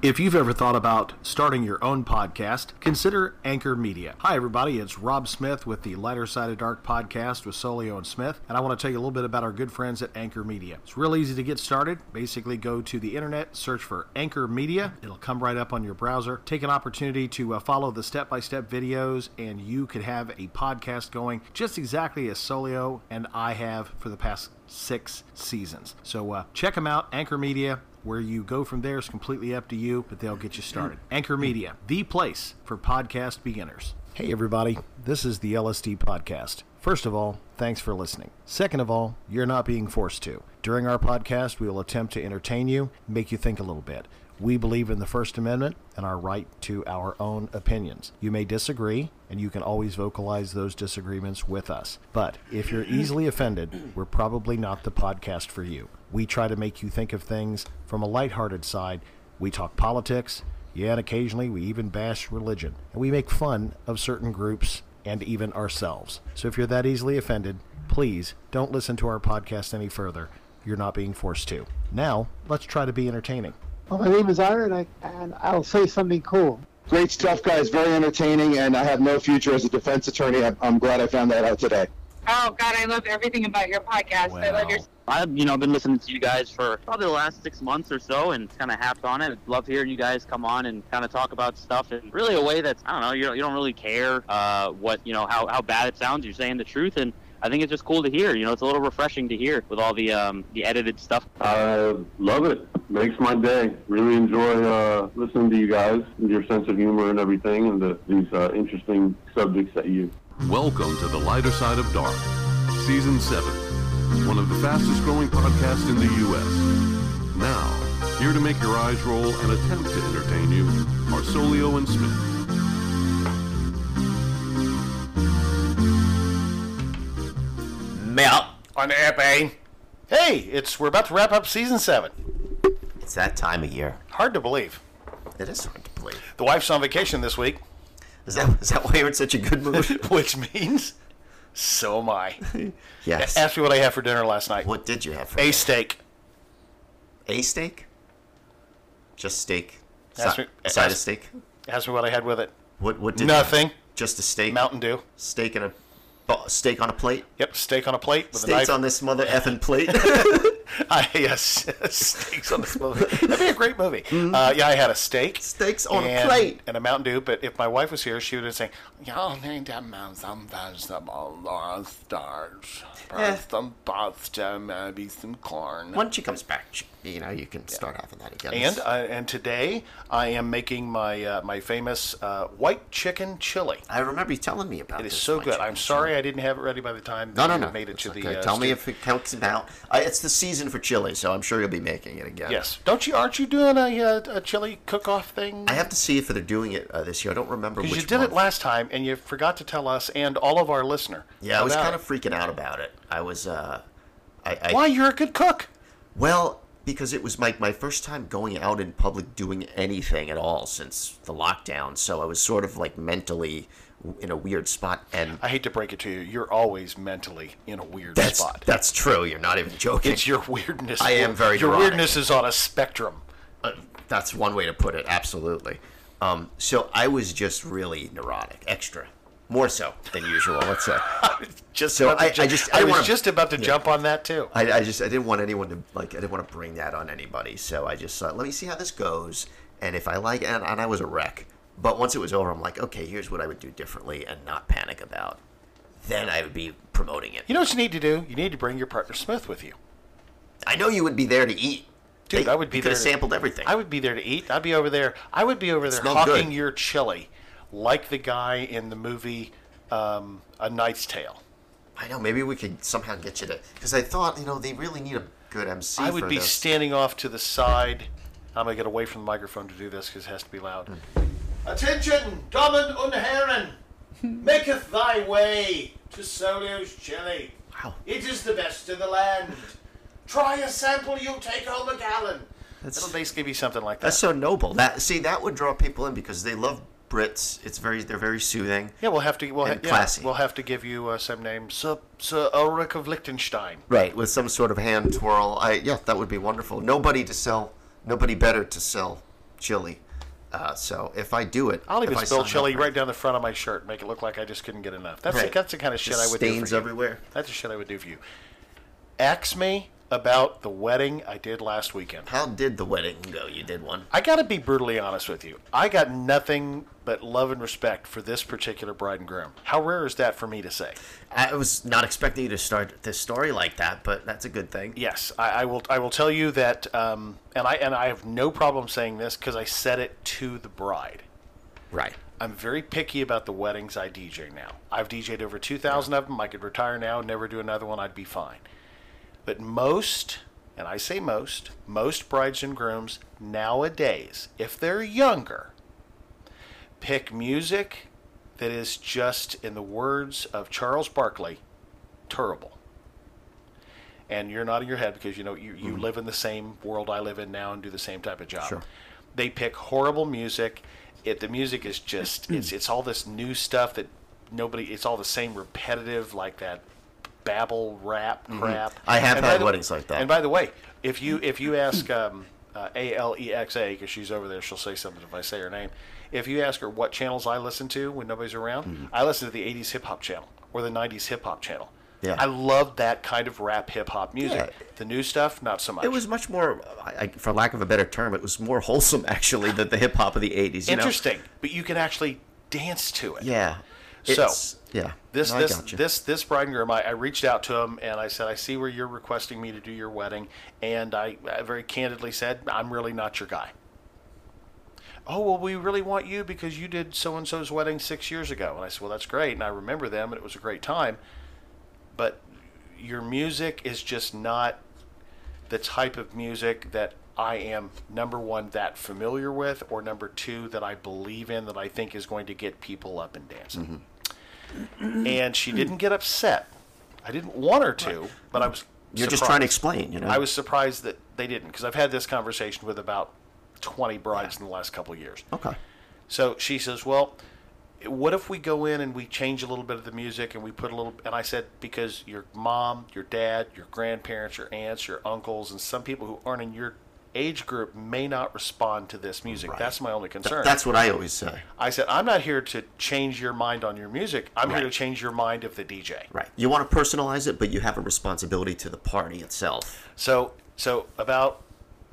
If you've ever thought about starting your own podcast, consider Anchor Media. Hi, everybody. It's Rob Smith with the Lighter Side of Dark podcast with Solio and Smith, and I want to tell you a little bit about our good friends at Anchor Media. It's real easy to get started. Basically, go to the internet, search for Anchor Media. It'll come right up on your browser. Take an opportunity to uh, follow the step by step videos, and you could have a podcast going just exactly as Solio and I have for the past six seasons. So uh, check them out, Anchor Media. Where you go from there is completely up to you, but they'll get you started. Anchor Media, the place for podcast beginners. Hey, everybody, this is the LSD Podcast. First of all, thanks for listening. Second of all, you're not being forced to. During our podcast, we will attempt to entertain you, make you think a little bit. We believe in the First Amendment and our right to our own opinions. You may disagree, and you can always vocalize those disagreements with us. But if you're easily offended, we're probably not the podcast for you. We try to make you think of things from a lighthearted side. We talk politics, yeah, and occasionally we even bash religion. And we make fun of certain groups and even ourselves. So if you're that easily offended, please don't listen to our podcast any further. You're not being forced to. Now, let's try to be entertaining. Well, my name is Ira, and, I, and I'll say something cool. Great stuff, guys. Very entertaining, and I have no future as a defense attorney. I'm, I'm glad I found that out today. Oh God, I love everything about your podcast. I love your. I've you know been listening to you guys for probably the last six months or so, and kind of happed on it. Love hearing you guys come on and kind of talk about stuff in really a way that's I don't know you don't, you don't really care uh, what you know how, how bad it sounds. You're saying the truth, and I think it's just cool to hear. You know, it's a little refreshing to hear with all the um, the edited stuff. I love it. Makes my day. Really enjoy uh, listening to you guys, and your sense of humor and everything, and the, these uh, interesting subjects that you Welcome to The Lighter Side of Dark, Season 7, one of the fastest growing podcasts in the U.S. Now, here to make your eyes roll and attempt to entertain you are Solio and Smith. Mel. on the eh? airplane. Hey, it's we're about to wrap up season seven. It's that time of year. Hard to believe. It is hard to believe. The wife's on vacation this week, Is that is that why you're in such a good mood? which means so am I. yes. Ask me what I had for dinner last night. what did you have for A dinner? steak. A steak? Just steak. Ask Si- me- a side of ask- steak. Ask me what I had with it. What? What did? you have? Nothing. Just a steak. Mountain Dew. Steak and a bo- steak on a plate. Yep, steak on a plate with Steaks a on knife. this mother effing plate. I, yes, steaks on this movie. That'd be a great movie. Mm-hmm. Uh, yeah, I had a steak. steaks on and, a plate. and a Mountain Dew. But if my wife was here, she would have said, "Y'all need to mount some vegetable or starch, Eh. some pasta, maybe some corn." Once she comes back, she, you know you can start having that again. And uh, and today I am making my uh, my famous uh, white chicken chili. I remember you telling me about It is this so one, good. Jimmy. I'm sorry I didn't have it ready by the time No, no, you no. made it to It's the. okay. Uh, Tell me stu- if it counts about. I, it's the season for chili, so I'm sure you'll be making it again. Yes. Don't you? Aren't you doing a, uh, a chili cook-off thing? I have to see if they're doing it uh, this year. I don't remember which. Because you did month. it last time, and you forgot to tell us and all of our listener. Yeah, I was about kind it. of freaking out about it. I was. Uh, I, I Why you're a good cook? Well, because it was my, my first time going out in public doing anything at all since the lockdown. So I was sort of like mentally in a weird spot. And I hate to break it to you, you're always mentally in a weird that's, spot. that's true. You're not even joking. it's your weirdness. I am very Your neurotic. weirdness is on a spectrum. Uh, that's one way to put it. Absolutely. Um, so I was just really neurotic, extra, more so than usual. Let's say. Just So about to I- ju- I just- I, I was wanna- just about to jump on that too. I, I just I didn't want anyone to like I didn't want to bring that on anybody. So I just thought, let me see how this goes, and if I like, and, and I was a wreck. But once it was over, I'm like, okay, here's what I would do differently and not panic about. Then I would be promoting it. you know what you need to do? You need to bring your partner Smith with you. I know you would be there to eat. Dude, I would be you could there have to- sampled everything. I would be there to eat. I'd be over there. I would be over there smelled hawking good. your chili, like the guy in the movie um, A Knight's Tale. I know. Maybe we could somehow get you to because I thought you know they really need a good MC. I would for be this. standing off to the side. I'm gonna get away from the microphone to do this because it has to be loud. Hmm. Attention, Domin Unherren, maketh thy way to Solio's chili. Wow. It is the best in the land. Try a sample, you'll take home a gallon. That'll basically be something like that. That's so noble. That see that would draw people in because they love Brits. It's very they're very soothing. yeah, we'll have to we'll, ha- and yeah, classy. we'll have to give you uh, some name, Sir, Sir Ulrich of Liechtenstein. Right, with some sort of hand twirl. I yeah, that would be wonderful. Nobody to sell, nobody better to sell chili. Uh, so if I do it, I'll even if I spill sign chili up- right down the front of my shirt, make it look like I just couldn't get enough. That's Right. the, that's the kind of shit Just I would do stains for you. everywhere. That's the shit I would do for you. Ask me about the wedding I did last weekend. How did the wedding go? You did one. I got to be brutally honest with you. I got nothing but love and respect for this particular bride and groom. How rare is that for me to say? I was not expecting you to start this story like that, but that's a good thing. Yes, I, I will. I will tell you that, um, and I and I have no problem saying this because I said it to the bride. Right. I'm very picky about the weddings I DJ now. I've DJ'd over 2,000 of them. I could retire now, never do another one, I'd be fine. But most, and I say most, most brides and grooms nowadays, if they're younger, pick music that is just, in the words of Charles Barkley, terrible. And you're nodding your head because you know you, you live in the same world I live in now and do the same type of job. Sure. They pick horrible music. It the music is just it's it's all this new stuff that nobody it's all the same repetitive like that babble rap crap. I have by had the- weddings like that. And by the way, if you if you ask um, uh, A L E X A because she's over there, she'll say something if I say her name. If you ask her what channels I listen to when nobody's around, Mm-hmm. I listen to the '80s hip hop channel or the '90s hip hop channel. Yeah. I love that kind of rap hip hop music. Yeah. The new stuff, not so much. It was much more, I, I- for lack of a better term, it was more wholesome actually than the hip hop of the '80s. You know? interesting, but you can actually dance to it. Yeah. So, It's- yeah. This No, I this gotcha. this this bride and groom, I, I reached out to him and I said, I see where you're requesting me to do your wedding, and I, I very candidly said, I'm really not your guy. Oh well, we really want you because you did so and so's wedding six years ago, and I said, well, that's great, and I remember them, and it was a great time, but your music is just not the type of music that I am number one that familiar with, or number two that I believe in that I think is going to get people up and dancing Mm-hmm. and she didn't get upset. I didn't want her to, but I was. You're just trying to surprised. explain, you know. I was surprised that they didn't because I've had this conversation with about 20 brides in the last couple of years. okay. So she says, "Well, what if we go in and we change a little bit of the music and we put a little?" And I said, "Because your mom, your dad, your grandparents, your aunts, your uncles, and some people who aren't in your age group may not respond to this music. Right. That's my only concern." That's what I always say. I said, "I'm not here to change your mind on your music. I'm Right. here to change your mind of the DJ." Right. You want to personalize it, but you have a responsibility to the party itself. So so about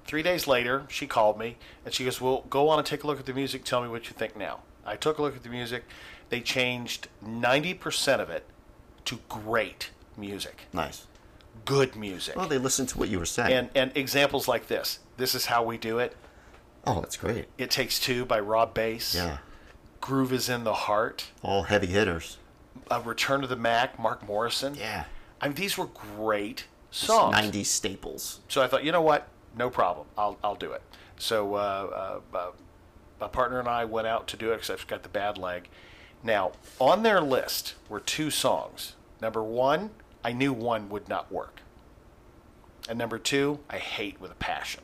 three days later, she called me and she goes, "Well, go on and take a look at the music. Tell me what you think now." I took a look at the music. They changed ninety percent of it to great music, Nice. good music, Well, they listen to what you were saying. and and examples like this. This is how we do it. oh, that's great. It takes two by Rob Bass. Yeah. Groove is in the heart. All heavy hitters. A Return to the Mac. Mark Morrison. Yeah. I mean, these were great songs. '90s staples. So I thought, you know what? No problem. I'll, I'll do it. So uh, uh, uh, my partner and I went out to do it because I've got the bad leg. Now, on their list were two songs. Number one, I knew one would not work. And number two, I hate with a passion.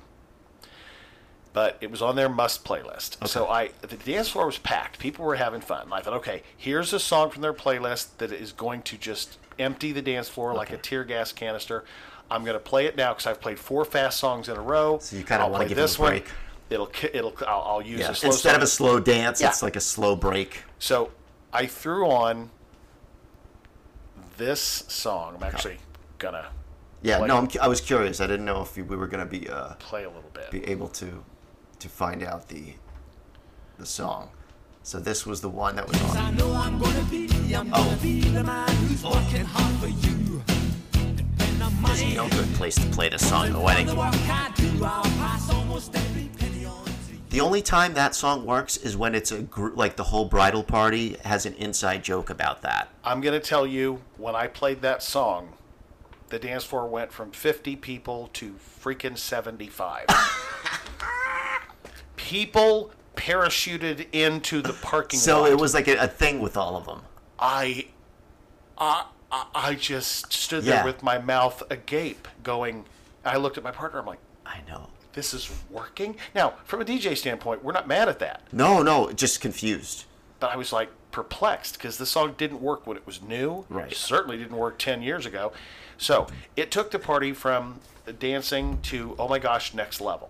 But it was on their must playlist. So I the dance floor was packed. People were having fun. And I thought, okay, here's a song from their playlist that is going to just empty the dance floor like a tear gas canister. I'm going to play it now because I've played four fast songs in a row. So you kinda wanna give them a break. It'll ki- it'll I'll, I'll use Yeah. a slow Instead song. of a slow dance, Yeah. it's like a slow break. So I threw on this song. I'm actually gonna Yeah. Like- no, I'm, cu- I was curious. I didn't know if you- we were gonna be uh, play a little bit. be able to to find out the the song. So this was the one that was on. oh. There's no good place to play this song at a wedding. The only time that song works is when it's a gr- like the whole bridal party has an inside joke about that. I'm going to tell you when I played that song, the dance floor went from 50 people to freaking 75. people parachuted into the parking lot. So it was like a, a thing with all of them. I, I, I I just stood Yeah. there with my mouth agape, going. I looked at my partner. I'm like, I know. "This is working." Now, from a DJ standpoint, we're not mad at that, No, no, just confused. but I was like perplexed because the song didn't work when it was new. Right. Certainly didn't work 10 years ago. So it took the party from dancing to, oh my gosh, next level.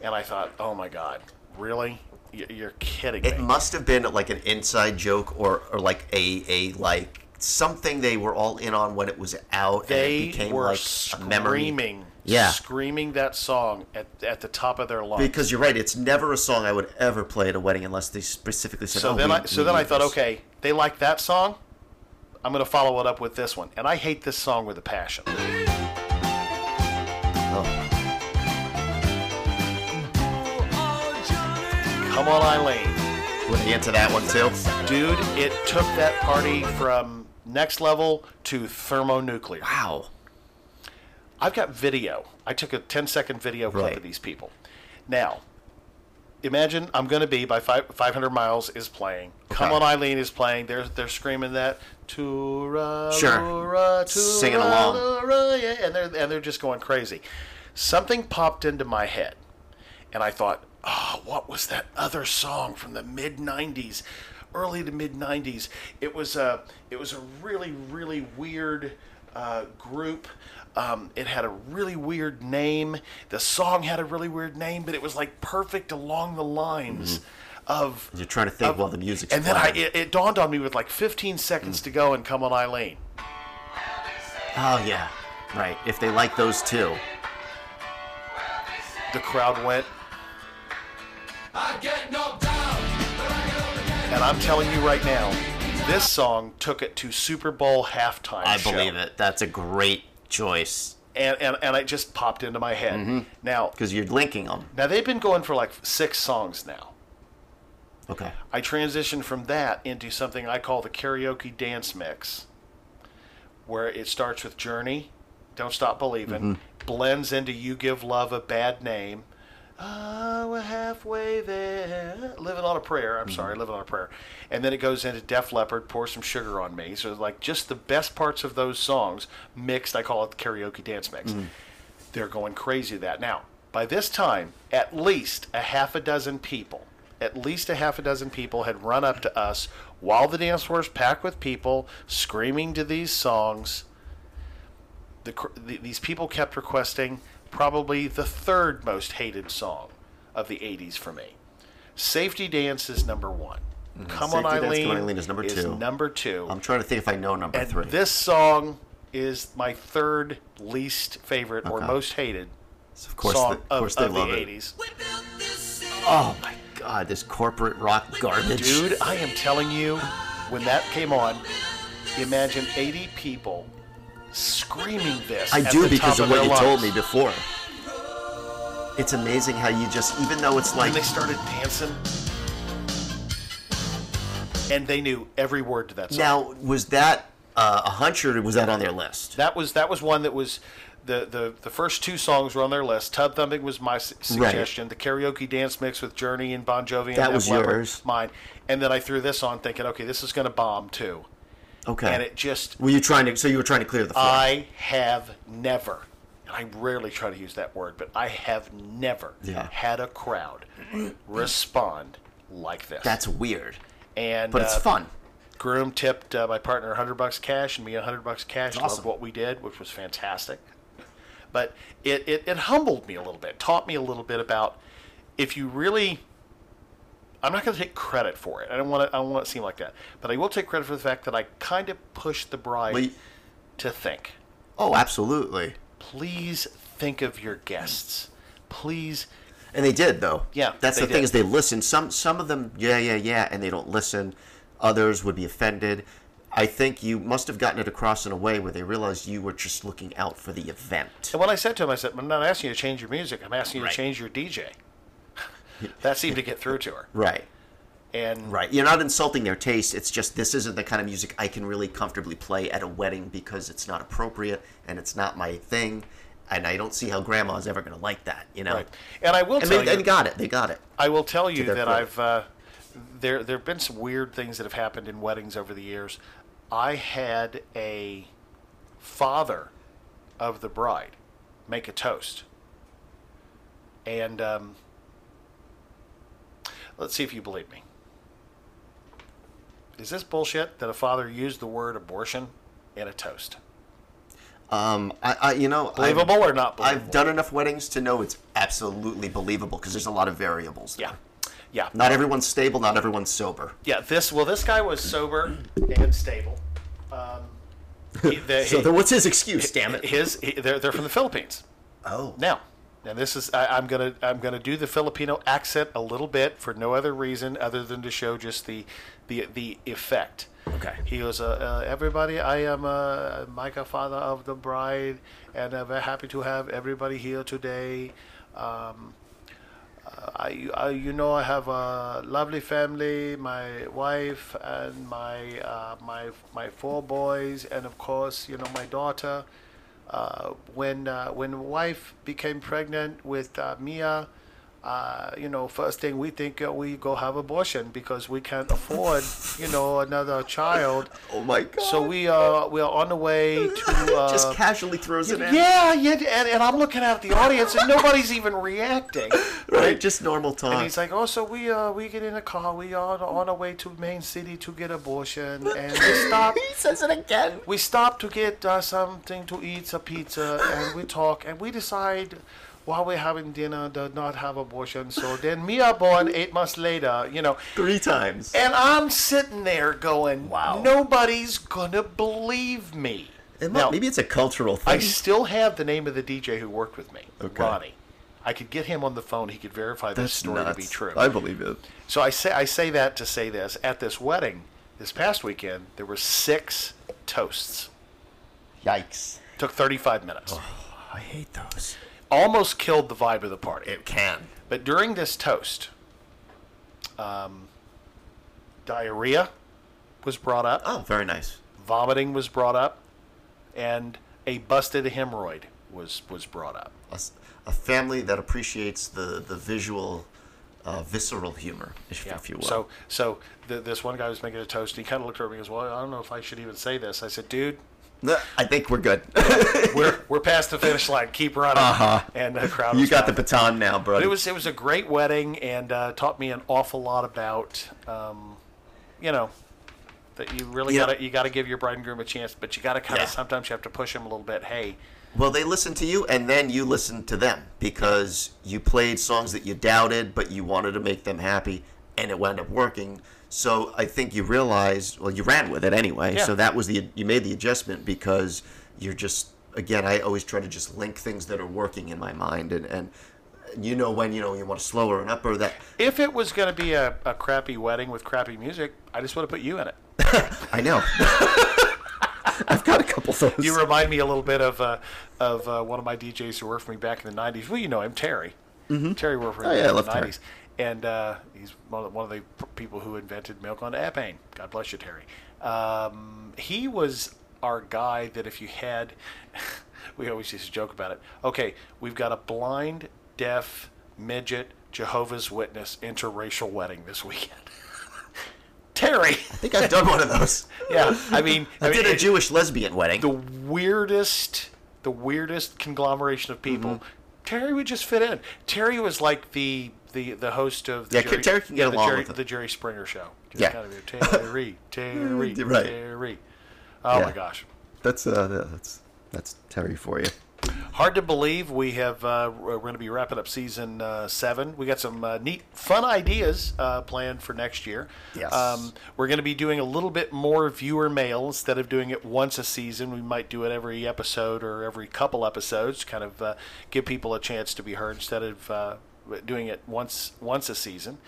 and I thought, oh my god, really? Y- You're kidding It me. must have been like an inside joke or, or like a, a like something they were all in on when it was out and it they became were like a memory. screaming, Yeah. screaming that song at, at the top of their lungs. Because you're right, it's never a song I would ever play at a wedding unless they specifically said. so oh, then we- I so we then I need thought, this." okay, they like that song. I'm gonna follow it up with this one, and I hate this song with a passion. Oh, Come on, Eileen, would they into that one too? dude! It took that party from next level to thermonuclear. Wow. I've got video. I took a 10 second video clip Right. of these people. Now, imagine I'm going to be by five, 500 Miles is playing. Come Okay. on, Eileen is playing. They're they're screaming that. Tura, Sure. Tura, Singing tura, along. tura, yeah, and they're and they're just going crazy. Something popped into my head, and I thought, oh, what was that other song from the mid '90s, early to mid '90s? It was a it was a really really weird uh, group. Um, it had a really weird name. The song had a really weird name, but it was like perfect along the lines of You're trying to think of- while the music's and then I, playing. it, it dawned on me with like 15 seconds to go and come on Eileen. oh yeah, right. If they like those two, The crowd went. And I'm telling you right now, this song took it to Super Bowl halftime. I show. believe it. That's a great choice And, and and it just popped into my head. Mm-hmm. Now because you're linking them. now they've been going for like six songs now. Okay. I transitioned from that into something I call the karaoke dance mix, where it starts with Journey, Don't Stop Believing, blends into You Give Love a Bad Name, Oh, we're halfway there, Living on a Prayer, I'm sorry, Living on a Prayer. And then it goes into Def Leppard, Pour Some Sugar on Me. So, like, just the best parts of those songs mixed, I call it the karaoke dance mix. They're going crazy that. Now, by this time, at least a half a dozen people, at least a half a dozen people had run up to us while the dance floor was packed with people screaming to these songs. The, cr- the, these people kept requesting probably the third most hated song of the 80s for me. Safety Dance is number one. Come on, Mm-hmm. Safety Dance, Come Eileen. on, Eileen is number two. number two. I'm trying to think if I know number And three. this song is my third least favorite or Okay. most hated of course, song the, of course of, they love the it. 80s. Oh my god, this corporate rock garbage. Dude, I am telling you, when that came on, imagine 80 people screaming this. I at do the because top of what their you told me lungs. before. It's amazing how you just, even though it's like, And they started dancing. And they knew every word to that song. now was that uh, a hunch or was that on their list? That was that was one that was the the, the first two songs were on their list. Tub thumping was my s- suggestion. The karaoke dance mix with Journey and Bon Jovi and That Def was Leppard, yours. mine. And then I threw this on, thinking, okay, this is going to bomb too. Okay. And it just were you trying to? So you were trying to clear the floor. I have never, and I rarely try to use that word, but I have never Yeah. had a crowd respond like this. That's weird, and but it's uh, fun. Groom tipped uh, my partner 100 bucks cash and me 100 bucks cash. Loved awesome. what we did, which was fantastic. But it, it, it humbled me a little bit, taught me a little bit about if you really. I'm not going to take credit for it. I don't want to. I don't want it to seem like that. But I will take credit for the fact that I kind of pushed the bride Well, you- to think. Oh, absolutely. Please think of your guests. Please. And they did though. Yeah, That's they the thing did. is they listen. Some some of them yeah yeah yeah and they don't listen. Others would be offended. I think you must have gotten it across in a way where they realized you were just looking out for the event. And when I said to him, I said, "I'm not asking you to change your music. I'm asking you Right. to change your DJ." that seemed to get through to her. Right. And Right. You're not insulting their taste. It's just this isn't the kind of music I can really comfortably play at a wedding because it's not appropriate and it's not my thing. And I don't see how grandma's ever going to like that, you know? Right. And I will And tell they, you, they got it. They got it. I will tell you their that credit. I've uh, there there have been some weird things that have happened in weddings over the years. I had a father of the bride make a toast, and um, let's see if you believe me. Is this bullshit that a father used the word abortion in a toast? Um, I, I you know, I've- Believable or not believable? I've done enough weddings to know it's absolutely believable because there's a lot of variables. Yeah. Yeah. Not everyone's stable. Not everyone's sober. Yeah. This. Well, this guy was sober and stable. Um, he- the- So he- then, what's his excuse? Damn it! His. he- they're they're from the Philippines. Oh, Now, now this is I, I'm gonna I'm gonna do the Filipino accent a little bit for no other reason other than to show just the the the effect. Okay. He goes, uh, uh, everybody. I am uh, Micah, father of the bride, and I'm very happy to have everybody here today. Um, uh, I, I, you know, I have a lovely family, my wife and my uh, my my four boys, and of course, you know, my daughter. Uh, when uh, when wife became pregnant with uh, Mia, uh, you know, first thing we think uh, we go have abortion because we can't afford, you know, another child. oh my god! So we are we are on the way to uh, just casually throws it in. yeah, yeah, and, and I'm looking out at the audience and nobody's even reacting. Right. Just normal And talk. he's like, oh, so we uh, we get in a car, we are on our way to main city to get abortion, and we stop. he says it again. We stop to get uh, something to eat, a pizza, and we talk, and we decide while we're having dinner to not have abortion. So then Mia born eight months later, you know. Three times. And I'm sitting there going, Wow. nobody's gonna believe me. It might- Now- maybe it's a cultural thing. I still have the name of the DJ who worked with me, Ronnie. I could get him on the phone. He could verify this That's story nuts. to be true. I believe it. So I say I say that to say this. At this wedding, this past weekend, there were six toasts. Yikes! Took 35 minutes. Oh. I hate those. Almost killed the vibe of the party. It can. But during this toast, um, diarrhea was brought up, Oh, very nice. vomiting was brought up, and a busted hemorrhoid was was brought up. A, s- a family that appreciates the the visual, uh, visceral humor, if, if you will. So, so th- this one guy was making a toast, and he kind of looked over me and goes, "Well, I don't know if I should even say this." I said, "Dude, No, I think we're good. we're we're past the finish line. Keep running." And the crowd. Uh-huh. you was got the laughing. baton now, bro. But it was it was a great wedding, and uh, taught me an awful lot about, um, you know, that you really Yeah. gotta you gotta give your bride and groom a chance, but you gotta kind Yeah. of sometimes you have to push them a little bit. Hey, Well, they listened to you, and then you listened to them because you played songs that you doubted, but you wanted to make them happy, and it wound up working. So I think you realized, well, you ran with it anyway. Yeah. So that was the you made the adjustment because you're just again. I always try to just link things that are working in my mind, and and you know when you know you want a slower and upper that if it was gonna be a, a crappy wedding with crappy music, I just would have put you in it. I know. I've got a couple things. You remind me a little bit of uh, of uh, one of my DJs who worked for me back in the '90s. Well, you know him, Terry. Terry worked for me Oh, yeah, back I in the love Terry. '90s, and uh, he's one of, one of the p- people who invented milk on epane. God bless you, Terry. Um, he was our guy that if you had, we always used to joke about it. Okay, we've got a blind, deaf, midget, Jehovah's Witness interracial wedding this weekend. Terry. I think I've done one of those. Yeah, I mean, I, mean, did a it- Jewish lesbian wedding. the weirdest the weirdest conglomeration of people. Mm-hmm. Terry would just fit in. Terry was like the the, the host of the Yeah, Terry can get the along Jerry, with it. the Jerry Springer show. Just Yeah. kind of, Terry, Terry, Right. Terry. Oh Yeah. my gosh. That's uh, that's that's Terry for you. Hard to believe we have uh, we're going to be wrapping up season uh, seven. We got some uh, neat, fun ideas uh, planned for next year. Um, Yes. we're going to be doing a little bit more viewer mail instead of doing it once a season. We might do it every episode or every couple episodes, kind of uh, give people a chance to be heard instead of uh, doing it once once a season.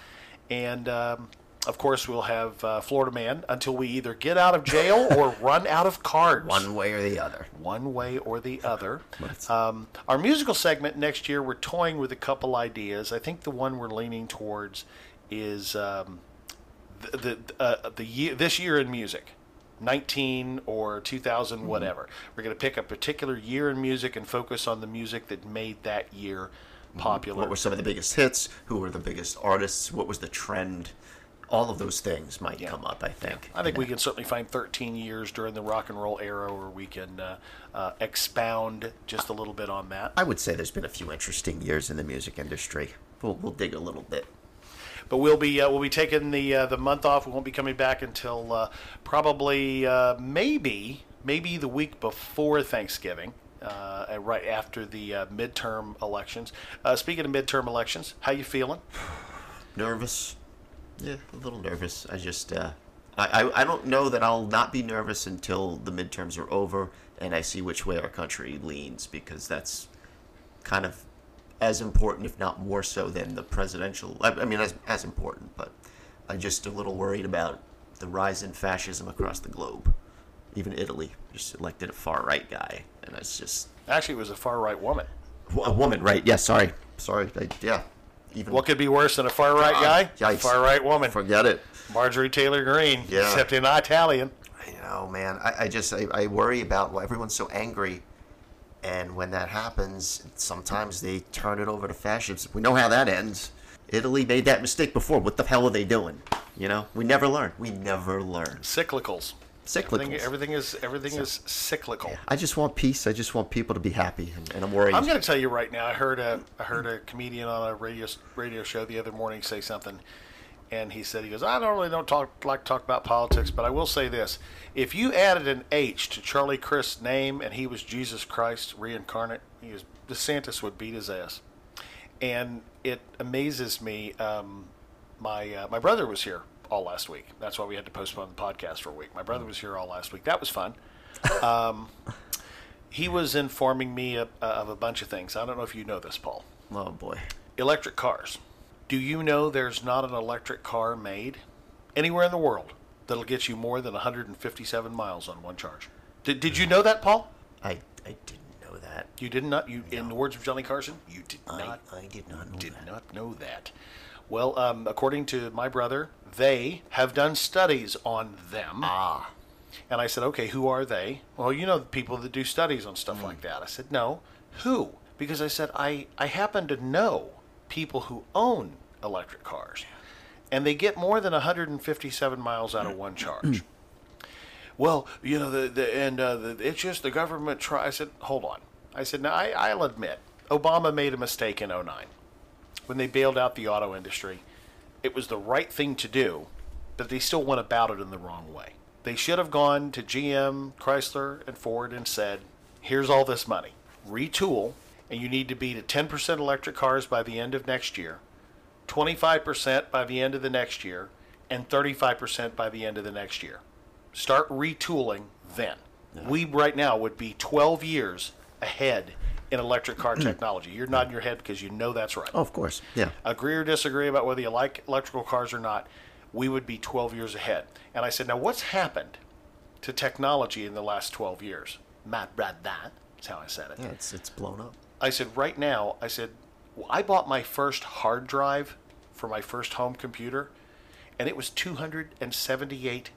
And um, of course, we'll have uh, Florida Man until we either get out of jail or run out of cards One way or the other. Uh, one way or the other. Um, our musical segment next year, we're toying with a couple ideas. I think the one we're leaning towards is um, the the, uh, the year, this year in music. 19 or 2000, whatever. We're going to pick a particular year in music and focus on the music that made that year popular. What were some of the biggest hits? Who were the biggest artists? What was the trend? All of those things might come up. I think. I think we can certainly find 13 years during the rock and roll era where we can uh, uh, expound just a little bit on that. I would say there's been a few interesting years in the music industry. We'll, we'll dig a little bit. But we'll be uh, we'll be taking the uh, the month off. We won't be coming back until uh, probably uh, maybe maybe the week before Thanksgiving, uh, and right after the uh, midterm elections. Uh, speaking of midterm elections, how you feeling? Nervous. Yeah, a little nervous. I just, uh, I, I, I don't know that I'll not be nervous until the midterms are over and I see which way our country leans because that's kind of as important, if not more so, than the presidential. I, I mean, as, as important, but I'm just a little worried about the rise in fascism across the globe. Even Italy just elected a far right guy, and it's just Actually, it was a far right woman. a woman, right? Yeah, sorry, sorry, I, yeah. Even What could be worse than a far right Ah, guy? yikes. Far right woman. forget it. Marjorie Taylor Greene, Yeah. except in Italian. you know, man, I, I just I, I worry about well, everyone's so angry, and when that happens, sometimes they turn it over to fascists. We know how that ends. Italy made that mistake before. What the hell are they doing? You know, we never learn. We never learn. Cyclicals. Cyclical. Everything, everything is everything is cyclical. I just want peace. I just want people to be happy, and, and I'm worried. I'm going to tell you right now. I heard a I heard a comedian on a radio radio show the other morning say something, and he said he goes, I don't really don't talk like to talk about politics, but I will say this: if you added an H to Charlie Crist's name and he was Jesus Christ reincarnate, he was, DeSantis would beat his ass. And it amazes me. Um, my uh, my brother was here all last week. That's why we had to postpone the podcast for a week. My brother was here all last week. That was fun he was informing me of, of a bunch of things. I don't know if you know this, Paul. oh boy. Electric cars. Do you know there's not an electric car made anywhere in the world that'll get you more than 157 miles on one charge? Did, did you know that, Paul? I I didn't know that. You did not. You, in the words of Johnny Carson, you did I, not I did not know did that. not know that. Well, um, according to my brother, they have done studies on them. Ah. And I said, okay, who are they? Well, you know the people that do studies on Hmm. stuff like that. I said, no, who? Because I said, I, I happen to know people who own electric cars, and they get more than 157 miles out of one Mm. charge. Well, you know, the, the and uh, the, it's just the government try. I said, hold on. I said, now I, I'll admit, Obama made a mistake in 09 when they bailed out the auto industry. It was the right thing to do, but they still went about it in the wrong way. They should have gone to GM, Chrysler, and Ford and said, here's all this money, retool, and you need to be to 10% electric cars by the end of next year, 25% by the end of the next year, and 35% by the end of the next year. Start retooling then. We right now would be 12 years ahead in electric car technology. You're nodding your head because you know that's right Oh, of course. Yeah. agree or disagree about whether you like electrical cars or not, we would be 12 years ahead. And I said, now what's happened to technology in the last 12 years? My brother, that's how I said it. Yeah. It's it's blown up. I said, right now, I said, well, I bought my first hard drive for my first home computer, and it was 278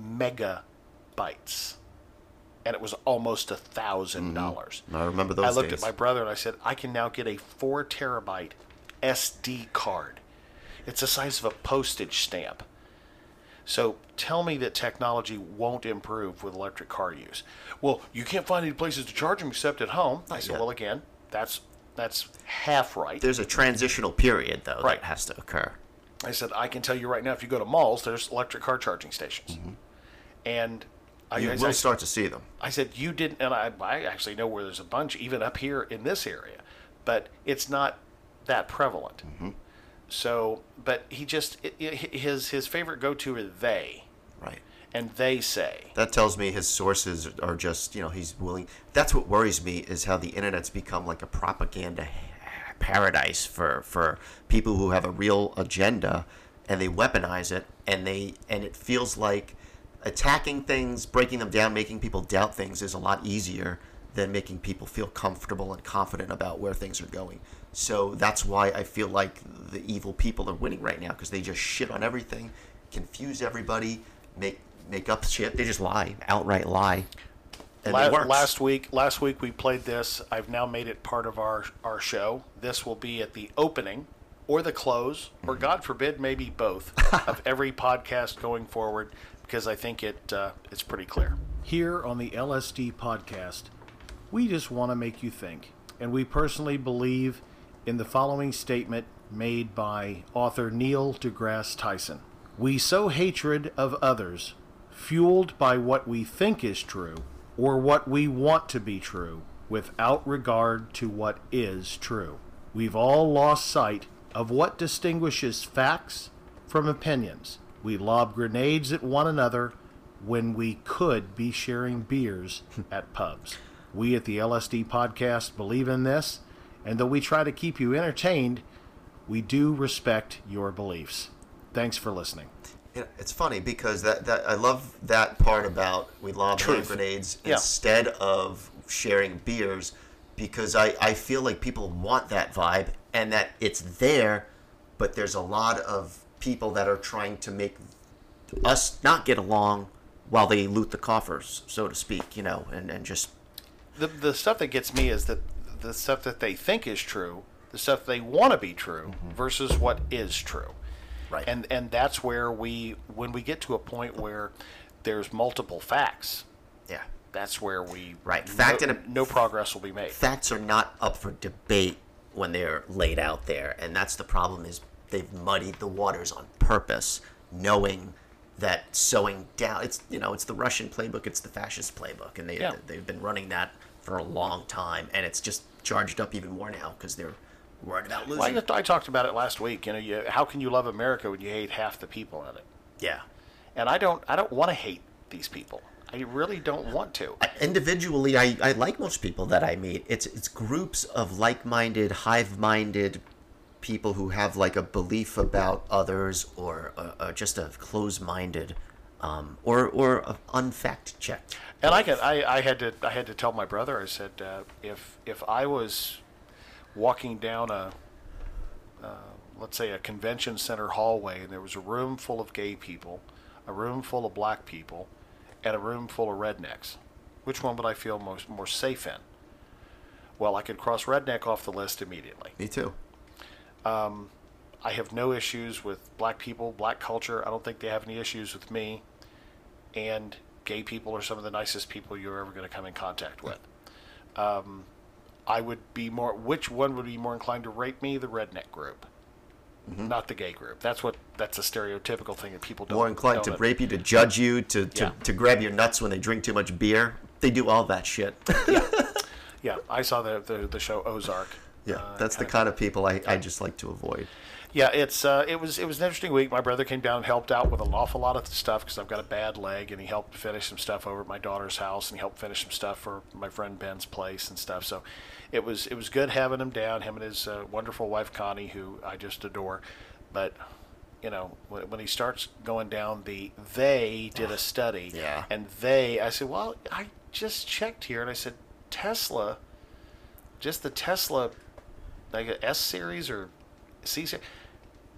megabytes. And it was almost a thousand dollars. I remember those I looked days. at my brother and I said, I can now get a four terabyte SD card. It's the size of a postage stamp. So tell me that technology won't improve with electric car use. Well, you can't find any places to charge them except at home. I said, yet. well, again, that's that's half right. There's a transitional period though Right. that has to occur. I said, I can tell you right now, if you go to malls, there's electric car charging stations, and I, Mm-hmm. You I- will I- start to see them. I said, you didn't, and I, I actually know where there's a bunch, even up here in this area, but it's not that prevalent. Mm-hmm. So, but he just, i i his, his favorite go to are they, Right. and they say. that tells me his sources are just you know he's willing that's what worries me is how the internet's become like a propaganda paradise for for people who have a real agenda and they weaponize it and they and it feels like attacking things breaking them down making people doubt things is a lot easier than making people feel comfortable and confident about where things are going so that's why i feel like the evil people are winning right now because they just shit on everything confuse everybody make make up shit. They just lie, outright lie. And La- it works. last week, last week we played this. I've now made it part of our our show. This will be at the opening, or the close, or Mm-hmm. God forbid, maybe both of every podcast going forward, because I think it uh, it's pretty clear. Here on the LSD podcast, we just want to make you think. And we personally believe in the following statement made by author Neil deGrasse Tyson We sow hatred of others, fueled by what we think is true, or what we want to be true without regard to what is true. We've all lost sight of what distinguishes facts from opinions. We lob grenades at one another when we could be sharing beers at pubs. We at the LSD podcast believe in this, and though we try to keep you entertained, we do respect your beliefs. Thanks for listening. You know, it's funny because that, that I love that part about we lob hand Truth. grenades Yeah. instead of sharing beers because I, I feel like people want that vibe and that it's there, but there's a lot of people that are trying to make us not get along while they loot the coffers, so to speak, you know, and, and just the, the stuff that gets me is that the stuff that they think is true, the stuff they want to be true, Mm-hmm. versus what is true. Right. And and that's where we when we get to a point where there's multiple facts, yeah. that's where we Right. no- Fact and a- no progress will be made. facts are not up for debate when they're laid out there and that's the problem is they've muddied the waters on purpose knowing that sowing doubt it's you know it's the russian playbook it's the fascist playbook and they, Yeah. they've been running that for a long time and it's just charged up even more now because they're worried about losing Well, I, I talked about it last week. You know, you, how can you love America when you hate half the people in it? yeah And I don't I don't want to hate these people. I really don't want to. individually I, I like most people that I meet. It's it's groups of like minded, hive minded people who have like a belief about others or uh, uh, just a close minded um, or or a unfact checked. And I, can, I, I had to, I had to tell my brother. I said, uh, if if I was walking down a, uh, let's say a convention center hallway, and there was a room full of gay people, a room full of black people, and a room full of rednecks, which one would I feel most more safe in? Well, I could cross redneck off the list immediately. Me too. I have no issues with black people, black culture. I don't think they have any issues with me. And gay people are some of the nicest people you're ever going to come in contact with. Um, I would be more. Which one would be more inclined to rate me? The redneck group, Mm-hmm. not the gay group. That's what. That's a stereotypical thing that people don't. More inclined to don't- rape you, to judge you, to, to, Yeah. to grab your nuts when they drink too much beer. They do all that shit. Yeah, I saw the the, the show Ozark. yeah, Uh, that's the kind of people I, I just like to avoid. Yeah, it's uh, it was it was an interesting week. My brother came down and helped out with an awful lot of stuff because I've got a bad leg, and he helped finish some stuff over at my daughter's house, and he helped finish some stuff for my friend Ben's place and stuff. So, it was it was good having him down. Him and his uh, wonderful wife Connie, who I just adore. But you know, when, when he starts going down the they did a study, Yeah. and they, I said, well, I just checked here, and I said Tesla, just the Tesla like a S series or C series.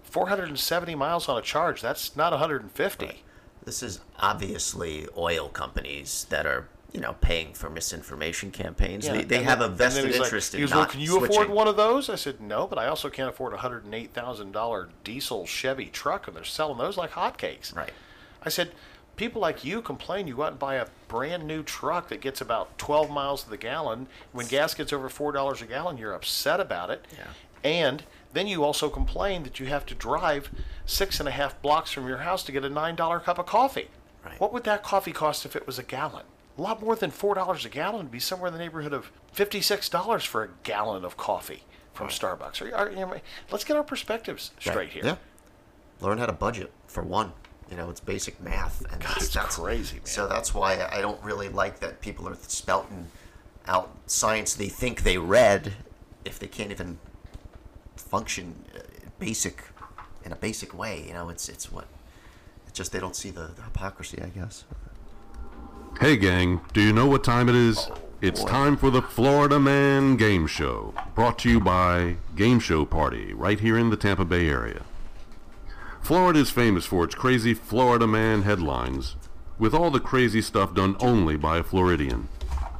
470 miles on a charge. That's not 150. This is obviously oil companies that are, you know, paying for misinformation campaigns. Yeah, they they and have a then- and then vested he's like- interest he in was, not well, Can you switching. afford one of those? I said no, but I also can't afford a hundred and eight thousand dollar diesel Chevy truck, and they're selling those like hotcakes. Right. I said, people like you complain you go out and buy a brand new truck that gets about 12 miles to the gallon. When gas gets over $4 a gallon, you're upset about it. Yeah. And then you also complain that you have to drive six and a half blocks from your house to get a $9 cup of coffee. Right. What would that coffee cost if it was a gallon? A lot more than $4 a gallon would be somewhere in the neighborhood of $56 for a gallon of coffee from Starbucks. Are, are, am I- let's get our perspectives straight Right. here. Yeah. Learn how to budget for one. You know, it's basic math, and that's, it's that's crazy, man. So that's why I don't really like that people are spouting out science they think they read if they can't even function uh, basic in a basic way. You know, it's it's what it's just they don't see the, the hypocrisy, I guess. Hey, gang, do you know what time it is? It's time for the Florida Man Game Show, brought to you by Game Show Party, right here in the Tampa Bay area. Florida is famous for its crazy Florida Man headlines, with all the crazy stuff done only by a Floridian.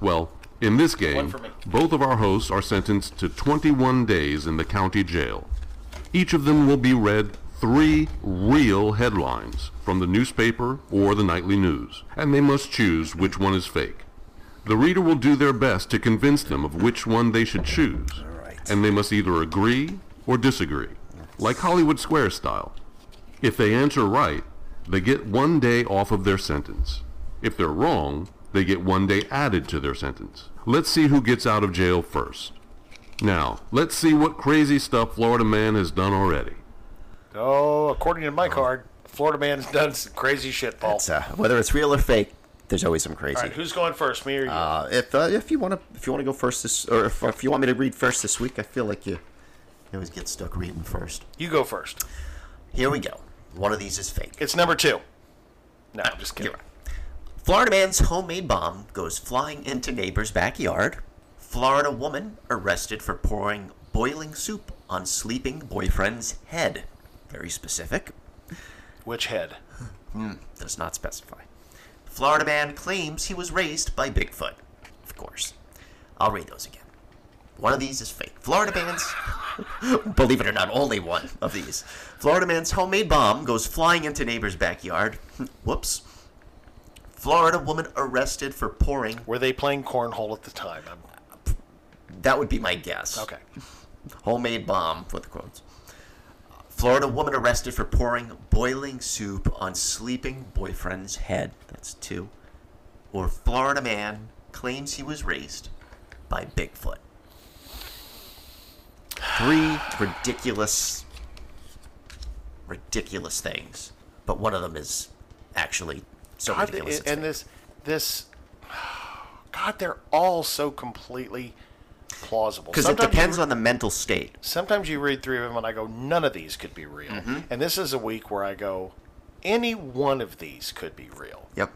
Well, in this game, for me. both of our hosts are sentenced to 21 days in the county jail. Each of them will be read three real headlines from the newspaper or the nightly news, and they must choose which one is fake. The reader will do their best to convince them of which one they should choose, and they must either agree or disagree, like Hollywood Square style. If they answer right, they get one day off of their sentence. If they're wrong, they get one day added to their sentence. Let's see who gets out of jail first. Now, let's see what crazy stuff Florida Man has done already. Oh, according to my card, Florida man's done some crazy shit, Paul. So, uh, whether it's real or fake, there's always some crazy. uh, All right, who's going first, me or you? Uh, if uh, if you want to if you want to go first this or if, if you want me to read first this week, I feel like you, you always get stuck reading first. you go first. Here we go. One of these is fake. It's number two. No, I'm just kidding. Florida man's homemade bomb goes flying into neighbor's backyard. Florida woman arrested for pouring boiling soup on sleeping boyfriend's head. Very specific. Which head? Does not specify. Florida man claims he was raised by Bigfoot. Of course. I'll read those again. One of these is fake. Florida man's. Believe it or not, only one of these. Florida man's homemade bomb goes flying into neighbor's backyard. Whoops. Florida woman arrested for pouring. Were they playing cornhole at the time? I'm, That would be my guess. okay. Homemade bomb with quotes. Florida woman arrested for pouring boiling soup on sleeping boyfriend's head. That's two. Or Florida man claims he was raised by Bigfoot. Three ridiculous, ridiculous things, but one of them is actually so God, ridiculous. and it's this, this, God, they're all so completely plausible. because it Sometimes you depends on the mental state. sometimes you read three of them and I go, none of these could be real. Mm-hmm. And this is a week where I go, any one of these could be real. Yep.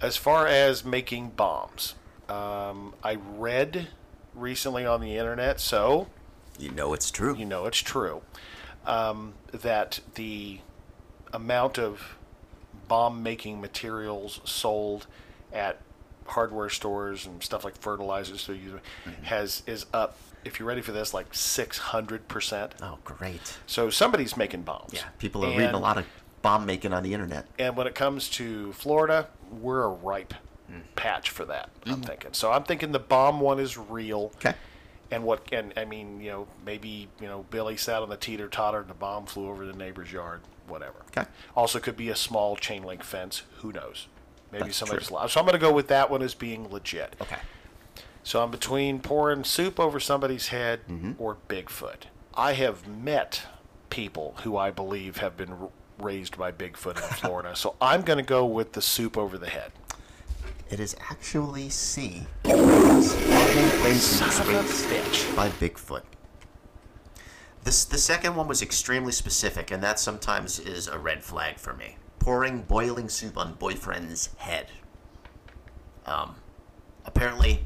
As far as making bombs, um, I read recently on the internet, so You know it's true. you know it's true, um, that the amount of bomb making materials sold at hardware stores and stuff like fertilizers so you Mm-hmm. has is up if you're ready for this like 600% oh, great. so somebody's making bombs. Yeah, people are reading a lot of bomb making on the internet. And when it comes to Florida, we're a ripe patch for that. I'm thinking. So I'm thinking the bomb one is real. Mm-hmm. Okay. And what? And I mean, you know, maybe you know, Billy sat on the teeter totter and the bomb flew over the neighbor's yard. Whatever. Okay. Also, could be a small chain link fence. Who knows? Maybe That's somebody's true. live. So I'm going to go with that one as being legit. Okay. So I'm between pouring soup over somebody's head or Bigfoot. I have met people who I believe have been r- raised by Bigfoot in Florida. so I'm going to go with the soup over the head. It is actually C. Son of a bitch. By Bigfoot. This, the second one was extremely specific, and that sometimes is a red flag for me. Pouring boiling soup on boyfriend's head. Um, apparently,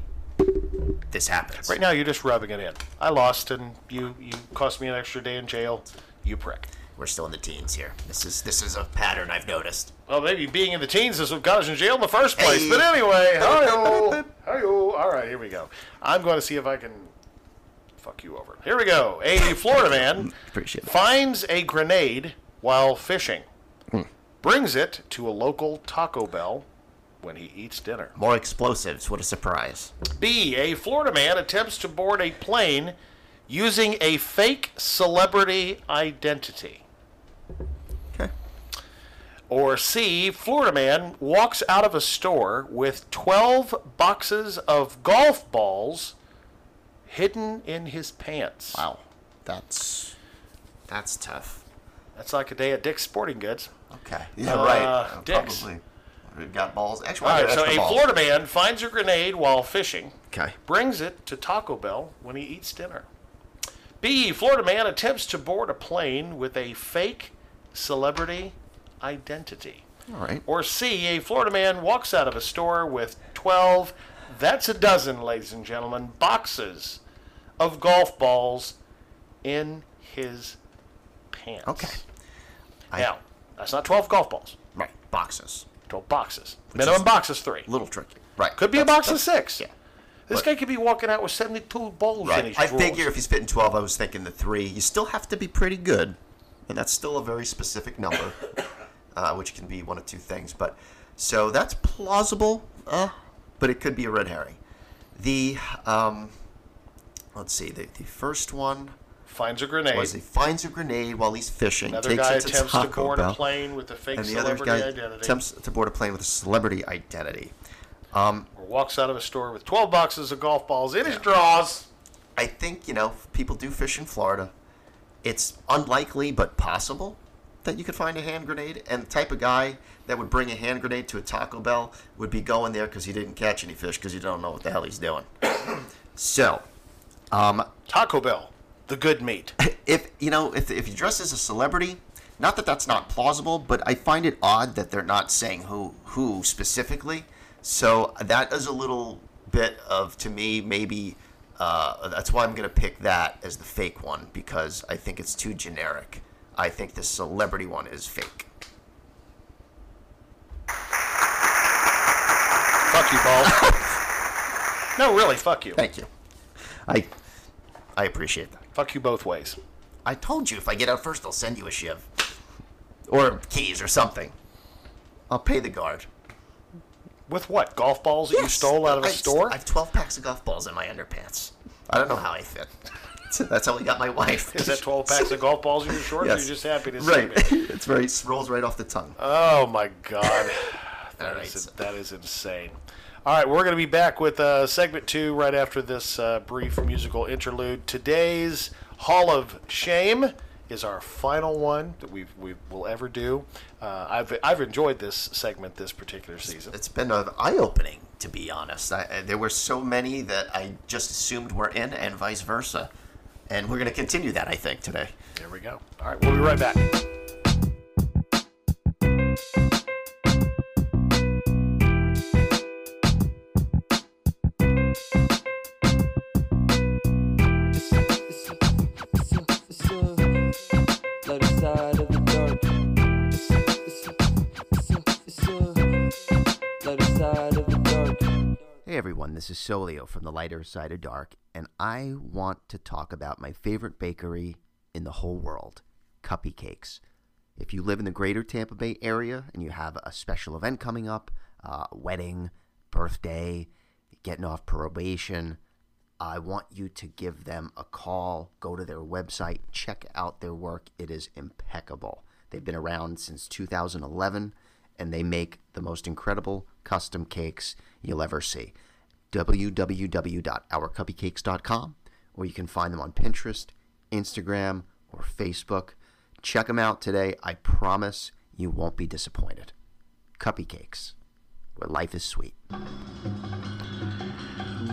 this happens. Right now you're just rubbing it in. I lost and you you cost me an extra day in jail. You prick. We're still in the teens here. This is this is a pattern I've noticed. Well, maybe being in the teens is what got us in jail in the first place. But anyway, hi-yo, hi-yo. All right, here we go. I'm going to see if I can fuck you over. Here we go. A Florida man Appreciate it. finds a grenade while fishing, Hmm. brings it to a local Taco Bell when he eats dinner. More explosives. What a surprise. B. A Florida man attempts to board a plane using a fake celebrity identity. Okay. Or C. Florida man walks out of a store with 12 boxes of golf balls hidden in his pants. Wow. That's that's tough. That's like a day at Dick's Sporting Goods. Okay. Yeah, right. Uh, Uh, dicks. Probably. We've got balls. Actually, All I right, got so extra a balls. Florida man finds a grenade while fishing. Okay. brings it to Taco Bell when he eats dinner. B. Florida man attempts to board a plane with a fake celebrity identity. All right. Or C. A Florida man walks out of a store with 12, that's a dozen, ladies and gentlemen, boxes of golf balls in his pants. Okay. I- Now, that's not 12 golf balls, Right. Boxes. 12 boxes. Minimum box is three. A little tricky. Right. Could be a box of six. yeah. This But- guy could be walking out with 72 balls in Right. his I drawers. figure if he's fitting 12, I was thinking the three. You still have to be pretty good, and that's still a very specific number, uh, which can be one of two things. But so that's plausible, uh, but it could be a red herring. The um, let's see, the, the first one finds a grenade. was he finds a grenade while he's fishing, Another takes guy it to attempts to Taco board Bell. a plane with a fake and the other celebrity guy identity. attempts to board a plane with a celebrity identity. Um, or walks out of a store with 12 boxes of golf balls in his drawers. I think, you know, people do fish in Florida. It's unlikely but possible that you could find a hand grenade. And the type of guy that would bring a hand grenade to a Taco Bell would be going there because he didn't catch any fish because you don't know what the hell he's doing. so, um, Taco Bell, the good meat. if you know if if you dress as a celebrity not that that's not plausible but i find it odd that they're not saying who who specifically so that is a little bit of to me maybe uh, that's why i'm going to pick that as the fake one because i think it's too generic i think the celebrity one is fake Fuck you, Paul. no, really, fuck you. thank you i i appreciate that Fuck you both ways. i told you if i get out first i'll send you a shiv or keys or something i'll pay the guard With what? Golf balls that you Yes. stole out of a I- store? I have 12 packs of golf balls in my underpants. I don't know how I fit. That's how I got my wife. Is that 12 packs of golf balls in your shorts? Yes. You're just happy to Right. see me. it's very rolls right off the tongue. Oh my God. All That right. is, so- that is insane. All right, we're going to be back with uh, segment two right after this uh, brief musical interlude. Today's Hall of Shame is our final one that we we will ever do. Uh, I've I've enjoyed this segment this particular season. It's been an eye-opening, to be honest. I, I- there were so many that I just assumed were in, and vice versa. And we're going to continue that, I think, today. There we go. All right, we'll be right back. Lighter side of the dark. Lighter side of the dark. Hey everyone, this is Solio from the lighter side of dark, and I want to talk about my favorite bakery in the whole world, Cuppy Cakes. If you live in the greater Tampa Bay area and you have a special event coming up, uh, wedding, birthday, getting off probation, I want you to give them a call, go to their website, check out their work. It is impeccable. They've been around since 2011 and they make the most incredible custom cakes you'll ever see. www.ourcupcakes.com or you can find them on Pinterest, Instagram, or Facebook. Check them out today. I promise you won't be disappointed. Cuppy Cakes, where life is sweet.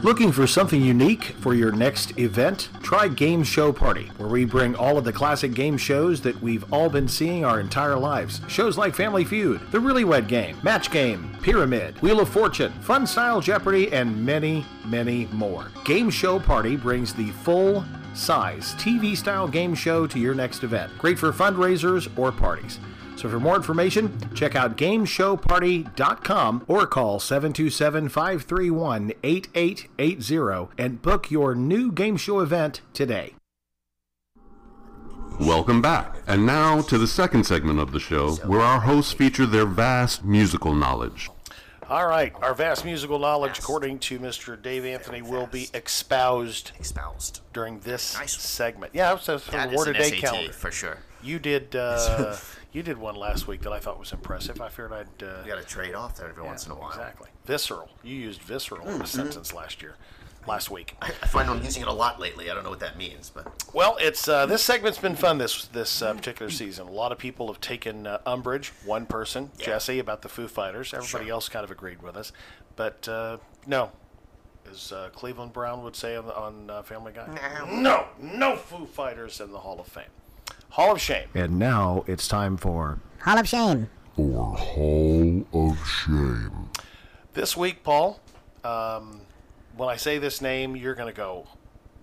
Looking for something unique for your next event? Try Game Show Party, where we bring all of the classic game shows that we've all been seeing our entire lives. Shows like Family Feud, The Really Wed Game, Match Game, Pyramid, Wheel of Fortune, Fun Style Jeopardy, and many, many more. Game Show Party brings the full size TV style game show to your next event. Great for fundraisers or parties. So for more information, check out gameshowparty.com or call 727-531-8880 and book your new game show event today. Welcome back. And now to the second segment of the show, where our hosts feature their vast musical knowledge. All right, our vast musical knowledge, according to Mr. Dave Anthony, will be exposed Expoused. during this Nice. segment. Yeah, that's that's from That the is Word of an Day SAT calendar. for sure. You did. Uh, you did one last week that I thought was impressive. I feared I'd. Uh, You got to trade off there every once in a while. Exactly. Visceral. You used visceral in a sentence last year, last week. I find I'm using it a lot lately. I don't know what that means, but Well, it's uh, this segment's been fun this this uh, particular season. A lot of people have taken uh, umbrage. One person, Jesse, about the Foo Fighters. Everybody else kind of agreed with us, but uh, no, as uh, Cleveland Brown would say on, on uh, Family Guy, no, no Foo Fighters in the Hall of Fame, Hall of Shame. And now it's time for Hall of Shame. Or Hall of Shame. This week, Paul, um, when I say this name, you're going to go,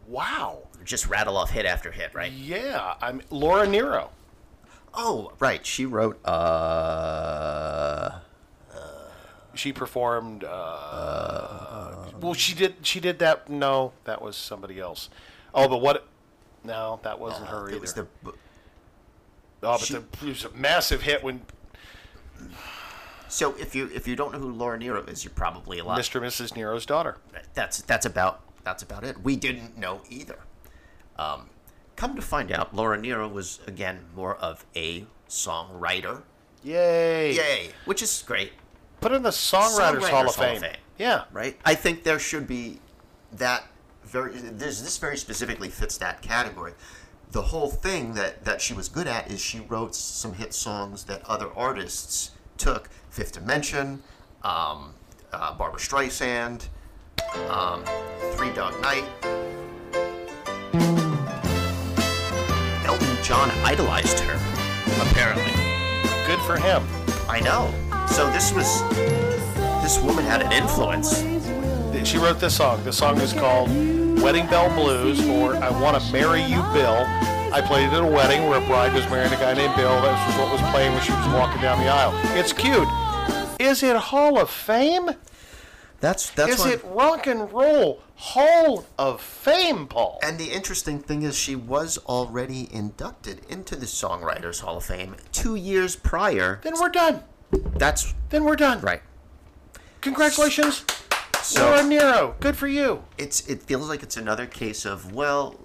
wow, just rattle off hit after hit, right? yeah, I'm Laura Nero. Oh, right. She wrote uh She performed. Uh, well, she did. She did that. No, that was somebody else. Oh, but what? No, that wasn't her either. it was the oh, but she- the, it was a massive hit when So if you if you don't know who Laura Nero is, you're probably a lot Mr. and Mrs. Nero's daughter. that's that's about that's about it. We didn't know either. Um, come to find out, Laura Nero was again more of a songwriter. Yay! Yay, which is great. Put in the Songwriters, Hall of Hall Fame. of Fame. Yeah. Right? I think there should be that very this this very specifically fits that category. The whole thing that, that she was good at is she wrote some hit songs that other artists took Fifth Dimension, um, uh, Barbara Streisand, um, Three Dog Night. Elton John idolized her, apparently. Good for him. I know. So this was this woman had an influence. She wrote this song. The song is called Wedding Bell Blues or I Want to Marry You, Bill. I played it at a wedding where a bride was marrying a guy named Bill. That was what was playing when she was walking down the aisle. It's cute. Is it Hall of Fame? That's that's is why- it rock and roll Hall of Fame, Paul? And the interesting thing is, she was already inducted into the Songwriters Hall of Fame two years prior. Then we're done. That's Then we're done. right. Congratulations, Laura So Nero. Good for you. it's it feels like it's another case of well,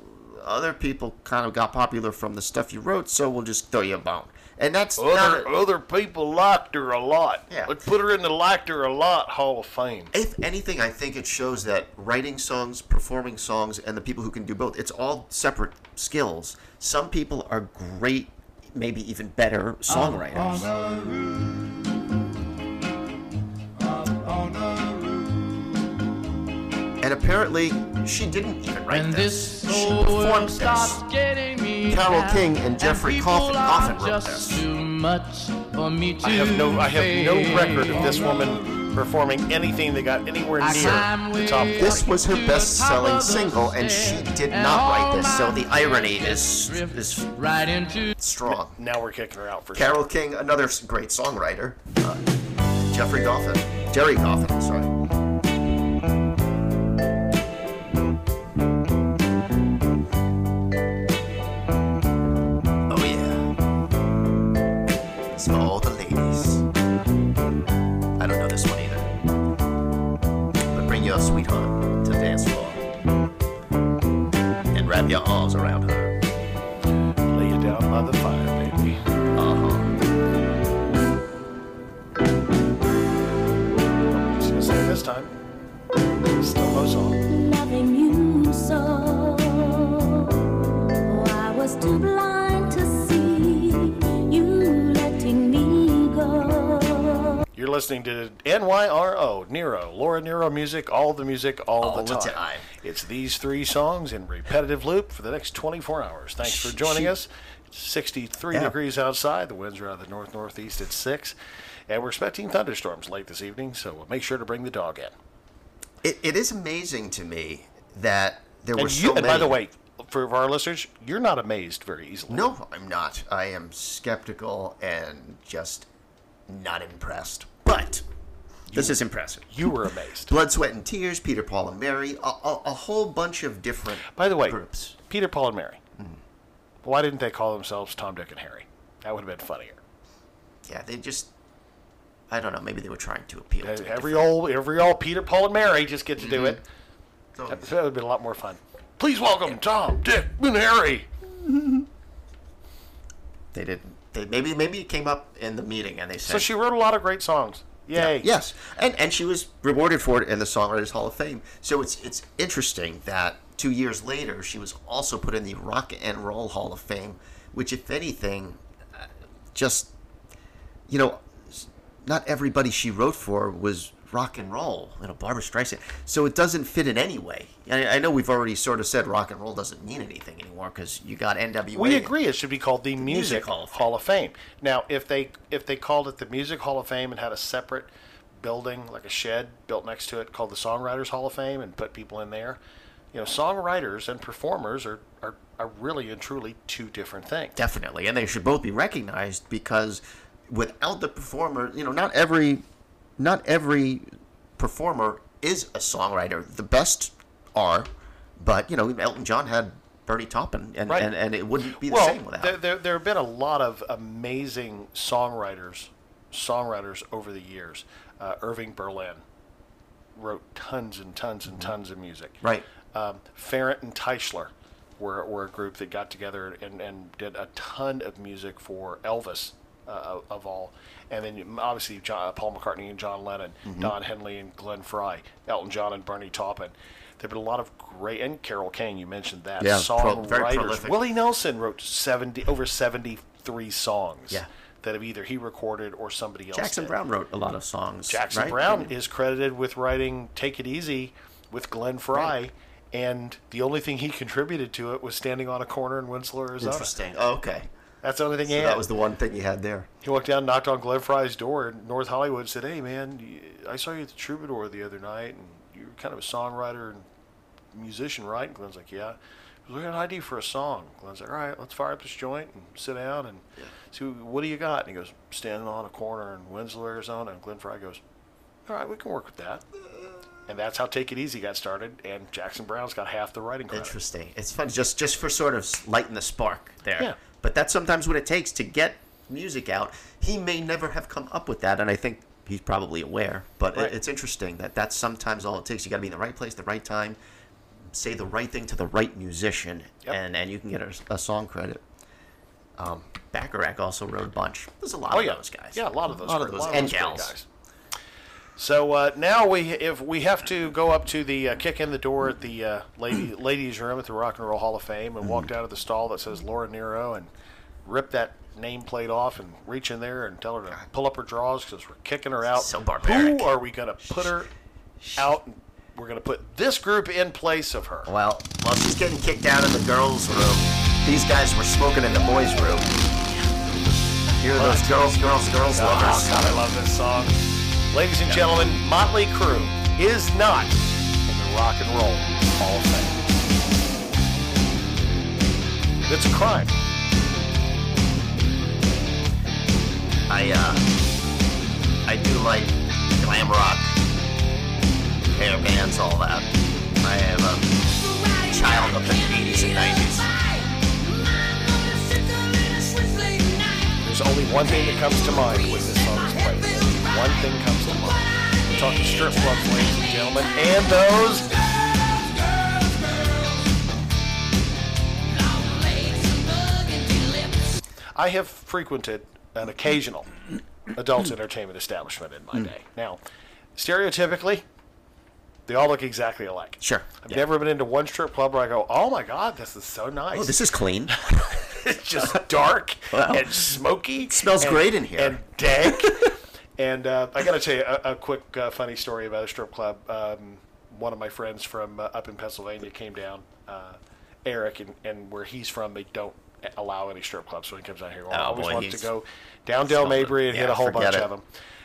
other people kind of got popular from the stuff you wrote, so we'll just throw you a bone. And that's not Other a- other people liked her a lot. Yeah. Let's put her in the liked her a lot Hall of Fame. if anything, I think it shows that writing songs, performing songs, and the people who can do both, it's all separate skills. Some people are great, maybe even better songwriters. And apparently, she didn't even write And this. this She world performed stops this. getting me Carole down, King and Jeffrey people Coffin- are Coffin wrote just this. Too much for me to I have no I have no face. record of this woman performing anything that got anywhere I near climb the top. This forty. was her best-selling of the single, and she did not write this. So the irony is is Right into strong. now we're kicking her out for sure. Carol King, another s- great songwriter. Uh, Jeffrey Goffin. Jerry Goffin, sorry. Oh, yeah. It's for all the ladies. I don't know this one either. But bring your sweetheart to the dance floor. And wrap your arms around her. Lay you down by the fire, baby. Uh-huh. She's gonna sing this time. Still no song. loving you so. Oh, I was too blind to see you letting me go. You're listening to NYRO, Nero, Laura Nero music, all the music, all, All the, the time. time. It's these three songs in repetitive loop for the next 24 hours. Thanks for joining she- us. It's 63 Yeah. degrees outside. The winds are out of the north northeast at 6. And we're expecting thunderstorms late this evening, so make sure to bring the dog in. It, it is amazing to me that there were And, so you, and many. by the way, for our listeners, you're not amazed very easily. no, I'm not. I am skeptical and just not impressed. But this is impressive. You were amazed. Blood, sweat, and tears. Peter, Paul, and Mary. A, a, a whole bunch of different. By the way, groups. Peter, Paul, and Mary. Mm. Why didn't they call themselves Tom, Dick, and Harry? That would have been funnier. Yeah, they just. I don't know. Maybe they were trying to appeal Uh, to a Every old, every old Peter, Paul, and Mary just get to do it. Mm-hmm. different- That would have been a lot more fun. Please welcome Tom, Dick, and Harry. They didn't. They, maybe maybe it came up in the meeting and they said. So she wrote a lot of great songs. Yay! Yes, and and she was rewarded for it in the Songwriters Hall of Fame. So it's it's interesting that two years later she was also put in the Rock and Roll Hall of Fame, which, if anything, uh, just you know, s- not everybody she wrote for was rock and roll. You know, Barbara Streisand. So it doesn't fit in any way. I, I know we've already sort of said rock and roll doesn't mean anything anymore because you got NWA. We agree it should be called the Music, Hall, of Fame. Now, if they if they called it the Music Hall of Fame and had a separate building, like a shed built next to it, called the Songwriters Hall of Fame, and put people in there, you know, songwriters and performers are are, are really and truly two different things. Definitely, and they should both be recognized because without the performer, you know, not every not every performer is a songwriter. The best are, but you know, Elton John had Bernie Taupin, and Right. and, and it wouldn't be the well, same without. there, there there have been a lot of amazing songwriters songwriters over the years. Uh, Irving Berlin wrote tons and tons and tons of music. Mm-hmm. Right. Um, Ferret and Teichler were, were a group that got together and, and did a ton of music for Elvis. Uh, uh, of all. And then you- obviously John, uh, Paul McCartney and John Lennon, Mm-hmm. Mhm. Don Henley and Glenn Fry, Elton John and Bernie Taupin. There've been a lot of great and Carol Kane. You mentioned that Yeah, pro- songwriters. very prolific. Willie Nelson wrote seventy over seventy three songs. Yeah. That have either he recorded or somebody else. Jackson did. Brown wrote a lot of songs. Jackson right? Brown is credited with writing "Take It Easy" with Glenn Fry, and the only thing he contributed to it was standing on a corner in Winslow, Arizona. Interesting. Oh, okay. That's the only thing So he had. that was the one thing you had there. He walked down, knocked on Glenn Fry's door in North Hollywood, and said, "Hey, man, y- I saw you at the Troubadour the other night, and you're kind of a songwriter and musician, right?" And Glenn's like, "Yeah." He goes, "We got an idea for a song." Glenn's like, "All right, let's fire up this joint and sit down and see what do you got." And he goes, "Standing on a corner in Winslow, Arizona." And Glenn Fry goes, "All right, we can work with that." And that's how Take It Easy got started, and Jackson Brown's got half the writing credit. Interesting. It's fun just just for sort of lighting the spark there. Yeah. But that's sometimes what it takes to get music out. He may never have come up with that, and I think he's probably aware. But it- Right. it's interesting that that's sometimes all it takes. You got to be in the right place, the right time, say the right thing to the right musician, and and you can get a, a song credit. Um, Bacharach also wrote a bunch. There's a lot Oh, of yeah. those guys. Yeah, a lot of those A lot of great- those, lot of and those great gals. guys. So uh, now we if we have to go up to the uh, kick in the door at the uh, lady ladies room at the Rock and Roll Hall of Fame and Mm-hmm. walk down to the stall that says Laura Nero and rip that nameplate off and reach in there and tell her to pull up her drawers because we're kicking her out. So barbaric. Who are we gonna put her out? and We're gonna put this group in place of her. Well, while she's getting kicked out of the girls' room, these guys were smoking in the boys' room. Here are those girls, girls, girls Oh, lovers. God, I love this song. Ladies and gentlemen, Motley Crue is not in the Rock and Roll Hall of Fame. It's a crime. I uh, I do like glam rock, hair bands, all that. I am a child of the 80s and 90s. There's only one thing that comes to mind when this song is played. One thing comes to mind. We're talking strip clubs, ladies and gentlemen, and those. I have frequented an occasional adult entertainment establishment in my day. Now, stereotypically, they all look exactly alike. Sure. I've never been into one strip club where I go, "Oh my God, this is so nice." Oh, this is clean. it's just dark Wow. and smoky. smells and- great in here. And dank. and uh, I got to tell you a, a quick uh, funny story about a strip club. Um, one of my friends from uh, up in Pennsylvania came down. Uh, Eric and, and where he's from, they don't allow any strip clubs. So he comes down here. I Oh, always boy, wanted to he's- go down Del Something. Mabry and hit Yeah, a whole forget bunch it. of them.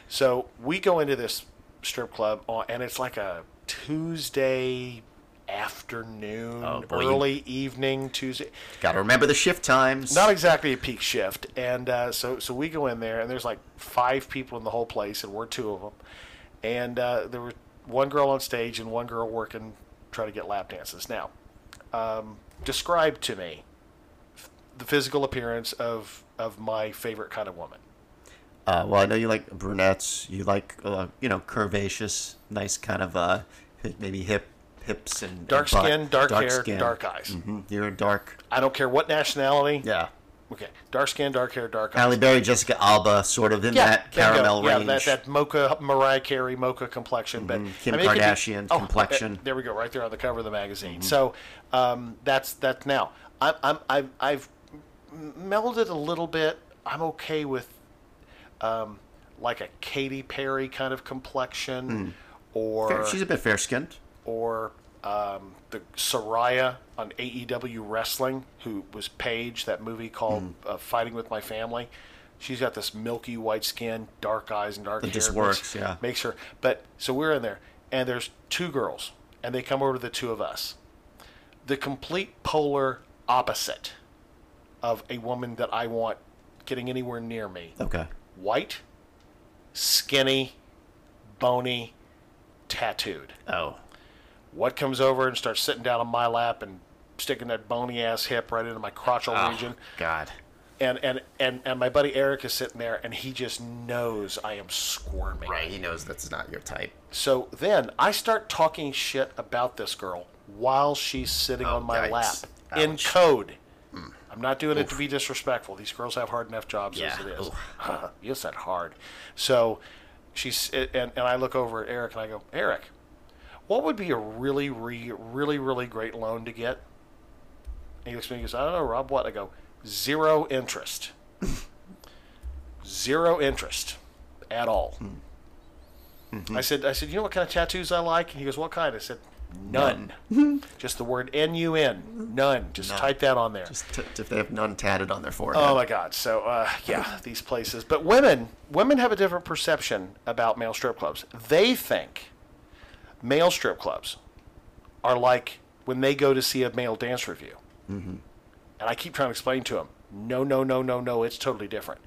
So we go into this strip club, on, and it's like a Tuesday afternoon, Oh, boy, you- early evening Tuesday. Got to remember the shift times. Not exactly a peak shift, and uh, so so we go in there, and there's like five people in the whole place, and we're two of them, and uh, there were one girl on stage and one girl working trying to get lap dances. Now, um, describe to me f- the physical appearance of of my favorite kind of woman. Uh, well, I know you like brunettes. You like uh, you know curvaceous, nice kind of uh, maybe hip hips and Dark and butt. skin, dark hair, dark eyes. Mhm. You're a dark. I don't care what nationality. Yeah. Okay, dark skin, dark hair, dark eyes. Halle Berry, Jessica Alba, sort of in that bingo. caramel yeah, range. Mm-hmm. that, that mocha, Mariah Carey mocha complexion. But Kim it could be- Kardashian oh, complexion. Mm-hmm. uh, there we go, right there on the cover of the magazine. So um, that's that's now. I'm, I'm I've, I've melded a little bit. I'm okay with um, like a Katy Perry kind of complexion, Mm. or Fair- she's a bit fair skinned. or um, the Soraya on AEW Wrestling, who was Paige, that movie called Hmm. uh, Fighting with My Family. She's got this milky white skin, dark eyes, and dark It hair. just It works, yeah. Makes her. But so we're in there, and there's two girls, and they come over to the two of us. The complete polar opposite of a woman that I want getting anywhere near me Okay. white, skinny, bony, tattooed. Oh. What comes over and starts sitting down on my lap and sticking that bony ass hip right into my crotchal Oh, region? God. And, and and and my buddy Eric is sitting there and he just knows I am squirming. Right, he knows that's not your type. So then I start talking shit about this girl while she's sitting on my yikes. lap in code. I'm not doing it to be disrespectful. These girls have hard enough jobs as Yeah, it is. you said hard. So she's and, and I look over at Eric and I go, Eric, what would be a really, re, really, really great loan to get? And he looks at me and he goes, I don't know, Rob, what? I go, zero interest. zero interest at all. Hmm. Mm-hmm. I said, I said, you know what kind of tattoos I like? And he goes, what kind? I said, none. Just the word N U N, none. Just None. type that on there. Just t- if they have none tatted on their forehead. Oh my God! So uh, yeah, these places. But women, women have a different perception about male strip clubs. They think male strip clubs are like when they go to see a male dance review. Mhm. And I keep trying to explain to them, no, no, no, no, no, it's totally different.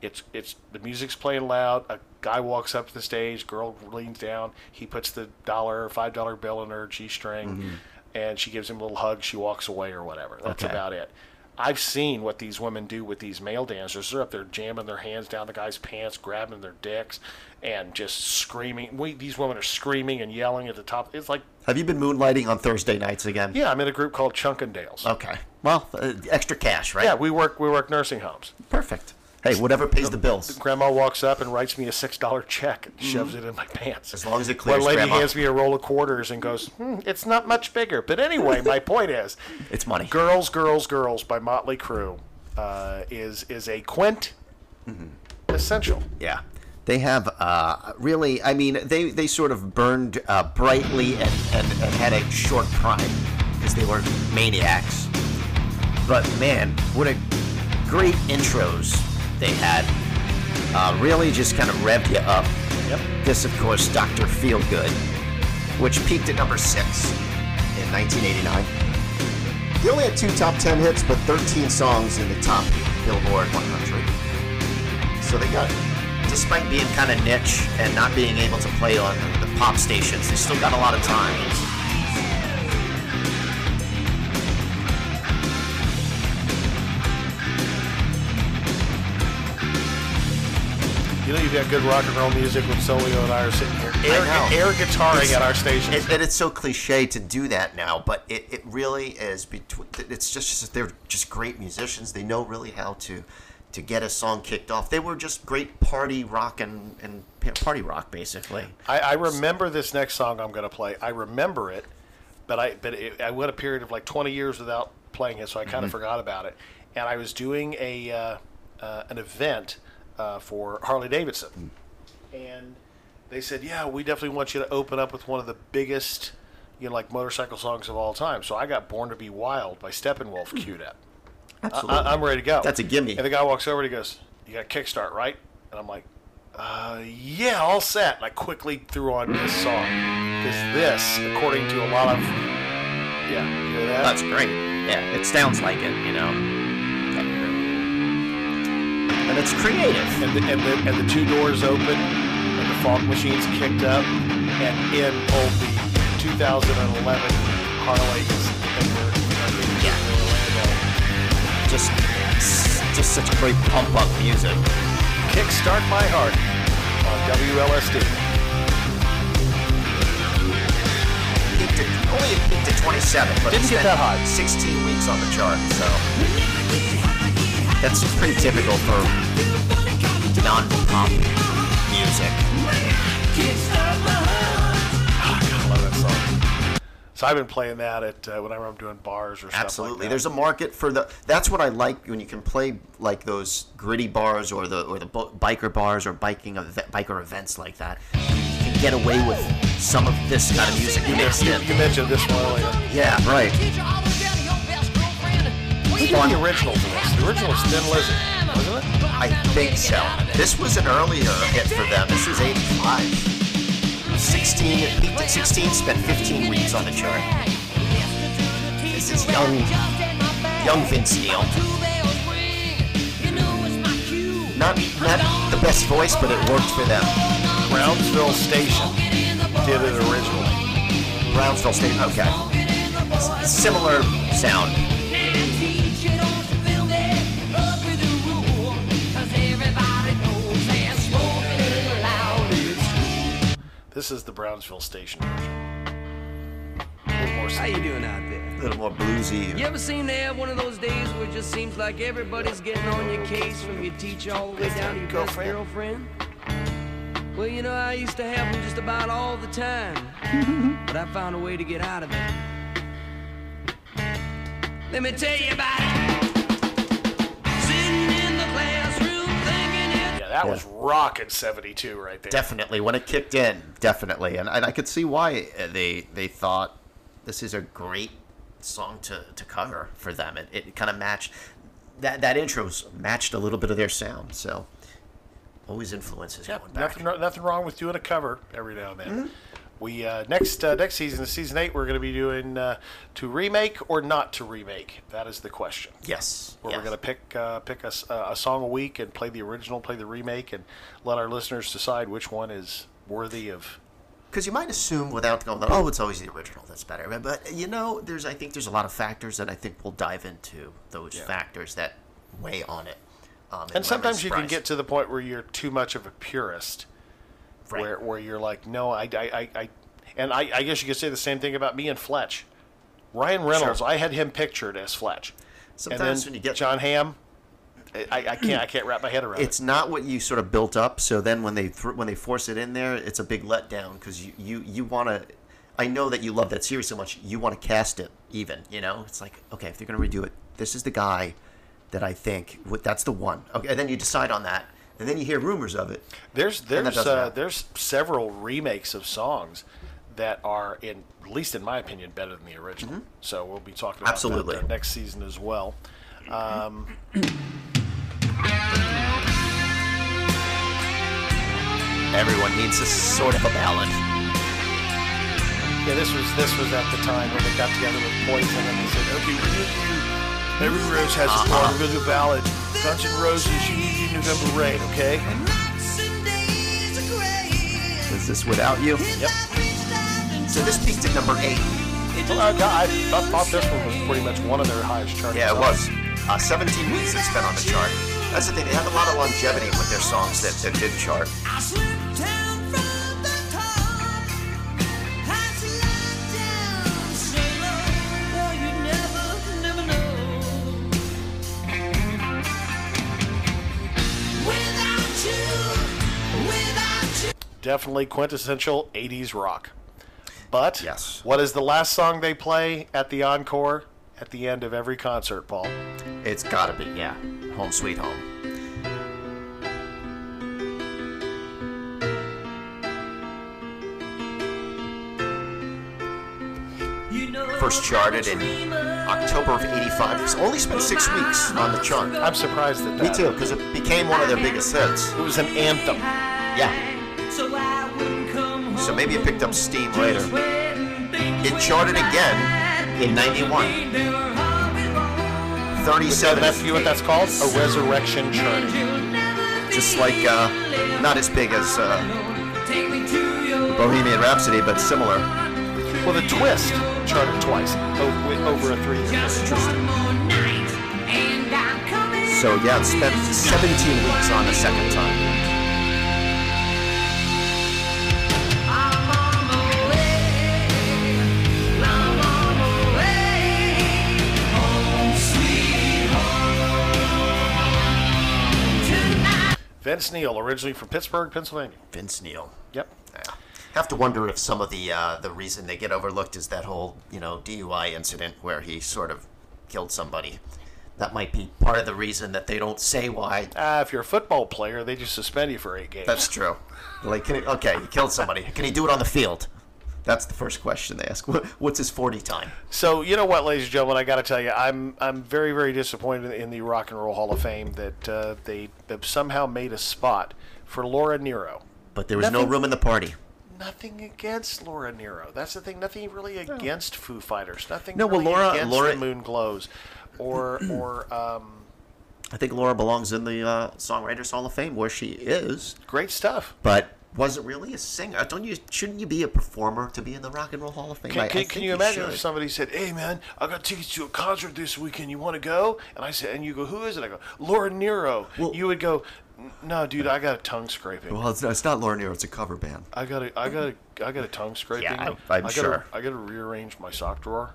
It's it's the music's playing loud. A guy walks up to the stage, girl leans down, he puts the dollar or five dollar bill in her g string, Mm-hmm. and she gives him a little hug. She walks away or whatever. That's Okay. about it. I've seen what these women do with these male dancers. They're up there jamming their hands down the guy's pants, grabbing their dicks, and just screaming. We, these women are screaming and yelling at the top. It's like, Have you been moonlighting on Thursday nights again? yeah, I'm in a group called Chunkendales. Okay. Well, uh, extra cash, right? Yeah, we work we work nursing homes. Perfect. Hey, whatever pays the bills. Grandma walks up and writes me a six dollar check and shoves it in my pants. Mm-hmm. As long as it One clears, lady Grandma. hands me a roll of quarters and goes, hmm, "It's not much bigger." But anyway, my point is, It's money. "Girls, Girls, Girls" by Motley Crue uh, is is a quint Mm-hmm. essential. Yeah. They have uh, really, I mean, they, they sort of burned uh, brightly and, and, and had a short prime because they were maniacs. But man, what a great intros they had. Uh, really just kind of revved you up. Yep. This, of course, Dr. Feelgood, which peaked at number six in 1989. He only had two top 10 hits, but 13 songs in the top Billboard 100. So they got, despite being kind of niche and not being able to play on the pop stations, they still got a lot of time. You know, you've got good rock and roll music when Solio and I are sitting here air, air guitaring It's- at our station. it- and it's so cliche to do that now, but it, it really is. Between, it's just, just that they're just great musicians. They know really how to to get a song kicked off. They were just great party rock and, and pa- party rock basically. I, I remember this next song I'm going to play. I remember it, but I but it, I went a period of like 20 years without playing it, so I kind of Mhm. forgot about it. And I was doing a uh, uh, an event uh, for Harley Davidson, Mm. and they said, "Yeah, we definitely want you to open up with one of the biggest, you know, like motorcycle songs of all time." So I got "Born to Be Wild" by Steppenwolf queued up. Absolutely. I, am ready to go. Mm. That's a gimme. And the guy walks over and he goes, You got Kickstart, right? And I'm like, uh, Yeah, all set. And I quickly threw on this song. Because this, according to a lot of. Yeah, you hear that? That's great. Yeah, it sounds like it, you know. And it's creative. And the, and the, and the two doors open, and the fog machines kicked up, and in pulled the 2011 Harley's. Yeah. Just, just such great pump up music. Kickstart my heart on WLSD. peaked at, only it peaked at 27, but Didn't it's get been that high. 16 weeks on the chart, so that's pretty typical for non-pop music. I love that song. So I've been playing that at uh, whenever I'm doing bars or stuff Absolutely, like that. there's a market for the. That's what I like when you can play like those gritty bars or the or the bo- biker bars or biking ev- biker events like that. You can get away with some of this kind of music mixed in. You mentioned this one earlier. Yeah, right. Who did the original for this? The original is Thin Lizzy, wasn't it? I think so. This was an earlier hit for them. This was 85. 16, it peaked at 16, spent 15 weeks on the chart. This is young, young Vince Neil. Not, not the best voice, but it worked for them. Brownsville Station did it originally. Brownsville Station, okay. S- similar sound. This is the Brownsville Station version. A little more more. How you doing out there? A little more bluesy. You ever seem to have one of those days where it just seems like everybody's getting on your case from your teacher all the way down to your best girlfriend? Well, you know, I used to have them just about all the time, but I found a way to get out of it. Let me tell you about it. Sitting in the classroom thinking it. Yeah, that was rocking 72 right there. Definitely, when it kicked in, definitely, and, and I could see why uh, they they thought this is a great song to, to cover for them. It, it kind of matched that that intro's matched a little bit of their sound, so always influences going back. Nothing, nothing wrong with doing a cover every now and then. Mm-hmm. We uh, next uh, next season, season eight, we're going to be doing uh, to remake or not to remake. That is the question. Yes, where we're going to pick uh, pick a, s- a song a week and play the original, play the remake, and let our listeners decide which one is worthy of. Because you might assume without going, oh, it's always the original that's better. But- But you know, there's I think there's a lot of factors that I think we'll dive into those factors that weigh on it. Um, And sometimes you can Lemon's get to the point where you're too much of a purist, where where you're like, no, I, I, I, I and I, I guess you could say the same thing about me and Fletch, Ryan Reynolds. I had him pictured as Fletch. and Sometimes then when you John Hamm, I, I I can't I can't wrap my head around. Price. It's not what you sort of built up. So then when they th- when they force it in there, it's a big letdown because you you you want to. I know that you love that series so much. You want to cast it even. You know, it's like okay, if they're going to redo it, this is the guy that I think w- that's the one. Okay, and then you decide on that, and then you hear rumors of it. There's And that there's doesn't uh, happen. there's several remakes of songs that are in at least in my opinion better than the original. So we'll be talking about Mm-hmm. Absolutely. that uh, next season as well. Um, Everyone needs a sort of a ballad. yeah, this was this was at the time when they got together with Poison and they said, okay, we're gonna do every rose has a Uh-huh. song. We're gonna do ballad. Guns N' Roses, you need your November rain, okay? Is this without you? Yep. So this peaked at number eight. Well, I, I, I thought this one was pretty much one of their highest charting. Yeah, it songs. was. Uh, 17 weeks it's been on the chart. That's the thing, they had a lot of longevity with their songs that, that did chart. definitely quintessential 80s rock. But what is the last song they play at the encore at the end of every concert, Paul? It's gotta be, yeah. Home Sweet Home. First charted in October of 85. It's only spent six weeks on the chart. I'm surprised at Me that. too, because it became one of their biggest hits. It was an anthem. Yeah. So maybe it picked up steam later. It charted again in 91. 37. That's, you know what that's called? A resurrection church. Just like, uh, not as big as uh, Bohemian Rhapsody, but similar. Well, the twist charted twice over, over a three year So yeah, it spent 17 weeks on the second time. Vince Neil, originally from Pittsburgh, Pennsylvania. Vince Neil. Yep. Have to wonder if some of the uh, the reason they get overlooked is that whole you know DUI incident where he sort of killed somebody. That might be part of the reason that they don't say why. Ah, if you're a football player, they just suspend you for eight games. That's true. Like, can he, okay, he killed somebody. Can he do it on the field? That's the first question they ask. What- What's his 40 time? So you know what, ladies and gentlemen, I got to tell you, I'm I'm very very disappointed in the Rock and Roll Hall of Fame that uh, they have somehow made a spot for Laura Nero. But there was no room in the party. Nothing against Laura Nero. That's the thing. Nothing really against Foo Fighters. Nothing. No, well, really Laura- against Laura- the Moon Glows, or or um, I think Laura belongs in the uh, Songwriters Hall of Fame where she is. Great stuff. But wasn't really a singer. Don't you? Shouldn't you be a performer to be in the Rock and Roll Hall of Fame? Can, I- I can, think can you imagine should. if somebody said, "Hey man, I got tickets to a concert this weekend. You want to go?" And I said, and you go, "Who is it?" I go, "Laura Nero." you would go, No, dude, I got a tongue scraping. Well, it's, it's not Laura Nero. It's a cover band. I got a, I got a, I got a tongue scraping. Yeah, I'm- I'm gotta, sure. I got to rearrange my sock drawer.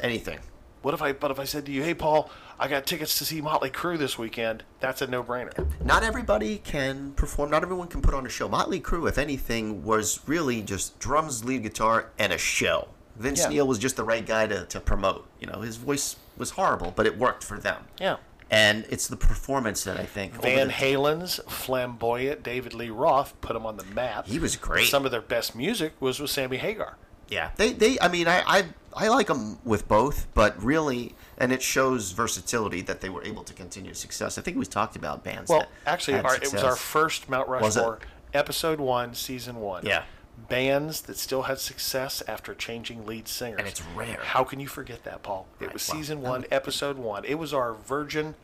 Anything. What if I? But if I said to you, "Hey, Paul, I got tickets to see Motley Crue this weekend," that's a no-brainer. Not everybody can perform. Not everyone can put on a show. Motley Crue, if anything, was really just drums, lead guitar, and a show. Vince Yeah. Neil was just the right guy to, to promote. You know, his voice was horrible, but it worked for them. Yeah. And it's the performance that I think. over Van the- Halen's flamboyant David Lee Roth put him on the map. He was great. Some of their best music was with Sammy Hagar. Yeah, they, they I mean, I, I, I like them with both, but really, and it shows versatility that they were able to continue success. I think we talked about bands. Well, that actually, had our, it was success. our first Mount Was it? Rushmore episode one, season one. Yeah. Bands that still had success after changing lead singers. And it's rare. How can you forget that, Paul? It was well, season that one, episode one. It was our virgin.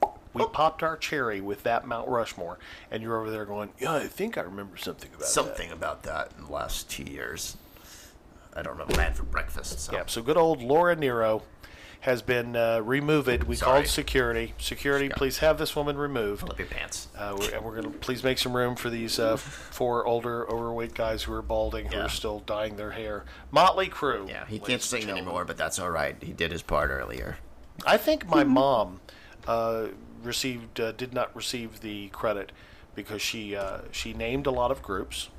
Oh. We popped our cherry with that Mount Rushmore, and you're over there going, "Yeah, I think I remember something about something about that in the last two years. I don't remember. I had for breakfast. So. that." Yeah. So good old Laura Nero has been uh, removed. We Sorry. called security. Security, please have this woman removed. Flip your pants. Uh, we're, and we're going to please make some room for these uh, four older, overweight guys who are balding, who Yeah. are still dyeing their hair. Motley Crue. Yeah, He can't sing anymore, but that's all right. He did his part earlier. I think my mom uh, received uh, did not receive the credit because she uh, she named a lot of groups,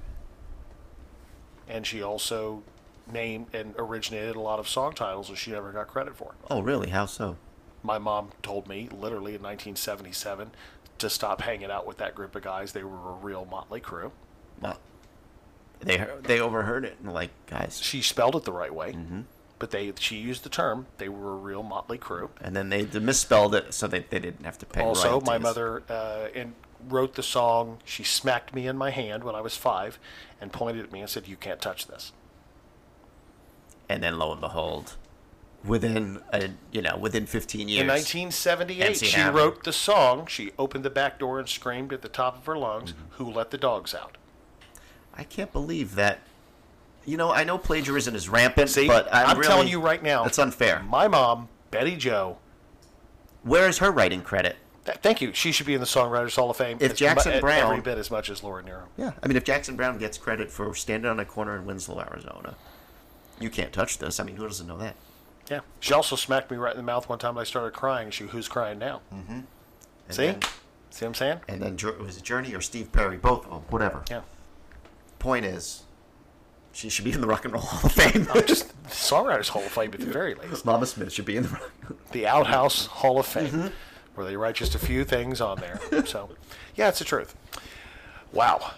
and she also named and originated a lot of song titles that she never got credit for. Oh, really? How so? my mom told me literally in 1977 to stop hanging out with that group of guys. They were a real motley crew. Well, they heard, they overheard it and like, guys. She spelled it the right way, Mm-hmm. but they she used the term. They were a real motley crew. and then they, they misspelled it, so they, they didn't have to pay. also, my royalties. mother uh, and wrote the song. She smacked me in my hand when I was five, and pointed at me and said, "You can't touch this." And then lo and behold, within a, you know within 15 years, In 1978, MC she Hammer. wrote the song. She opened the back door and screamed at the top of her lungs, Mm-hmm. "Who let the dogs out?" I can't believe that. You know, I know plagiarism is rampant, but I'm, I'm telling really- you right now, that's unfair. My mom, Betty Joe. Where is her writing credit? Th- thank you. She should be in the Songwriters Hall of Fame. If as Jackson mu- Brown- every bit as much as Laura Nero. Yeah, I mean, if Jackson Brown gets credit for standing on a corner in Winslow, Arizona, you can't touch this. I mean, who doesn't know that? Yeah. She also smacked me right in the mouth one time. and I started crying. She, who's crying now? Mm-hmm. See, then- see what I'm saying? And then Jour- was it Journey or Steve Perry? Both of them, whatever. Yeah. Point is, she should be in the Rock and Roll Hall of Fame. I'm just Songwriters Hall of Fame at the very least. Mama Smith should be in the Rock. The Outhouse Hall of Fame, Mm-hmm. where they write just a few things on there. So, yeah, it's the truth. Wow.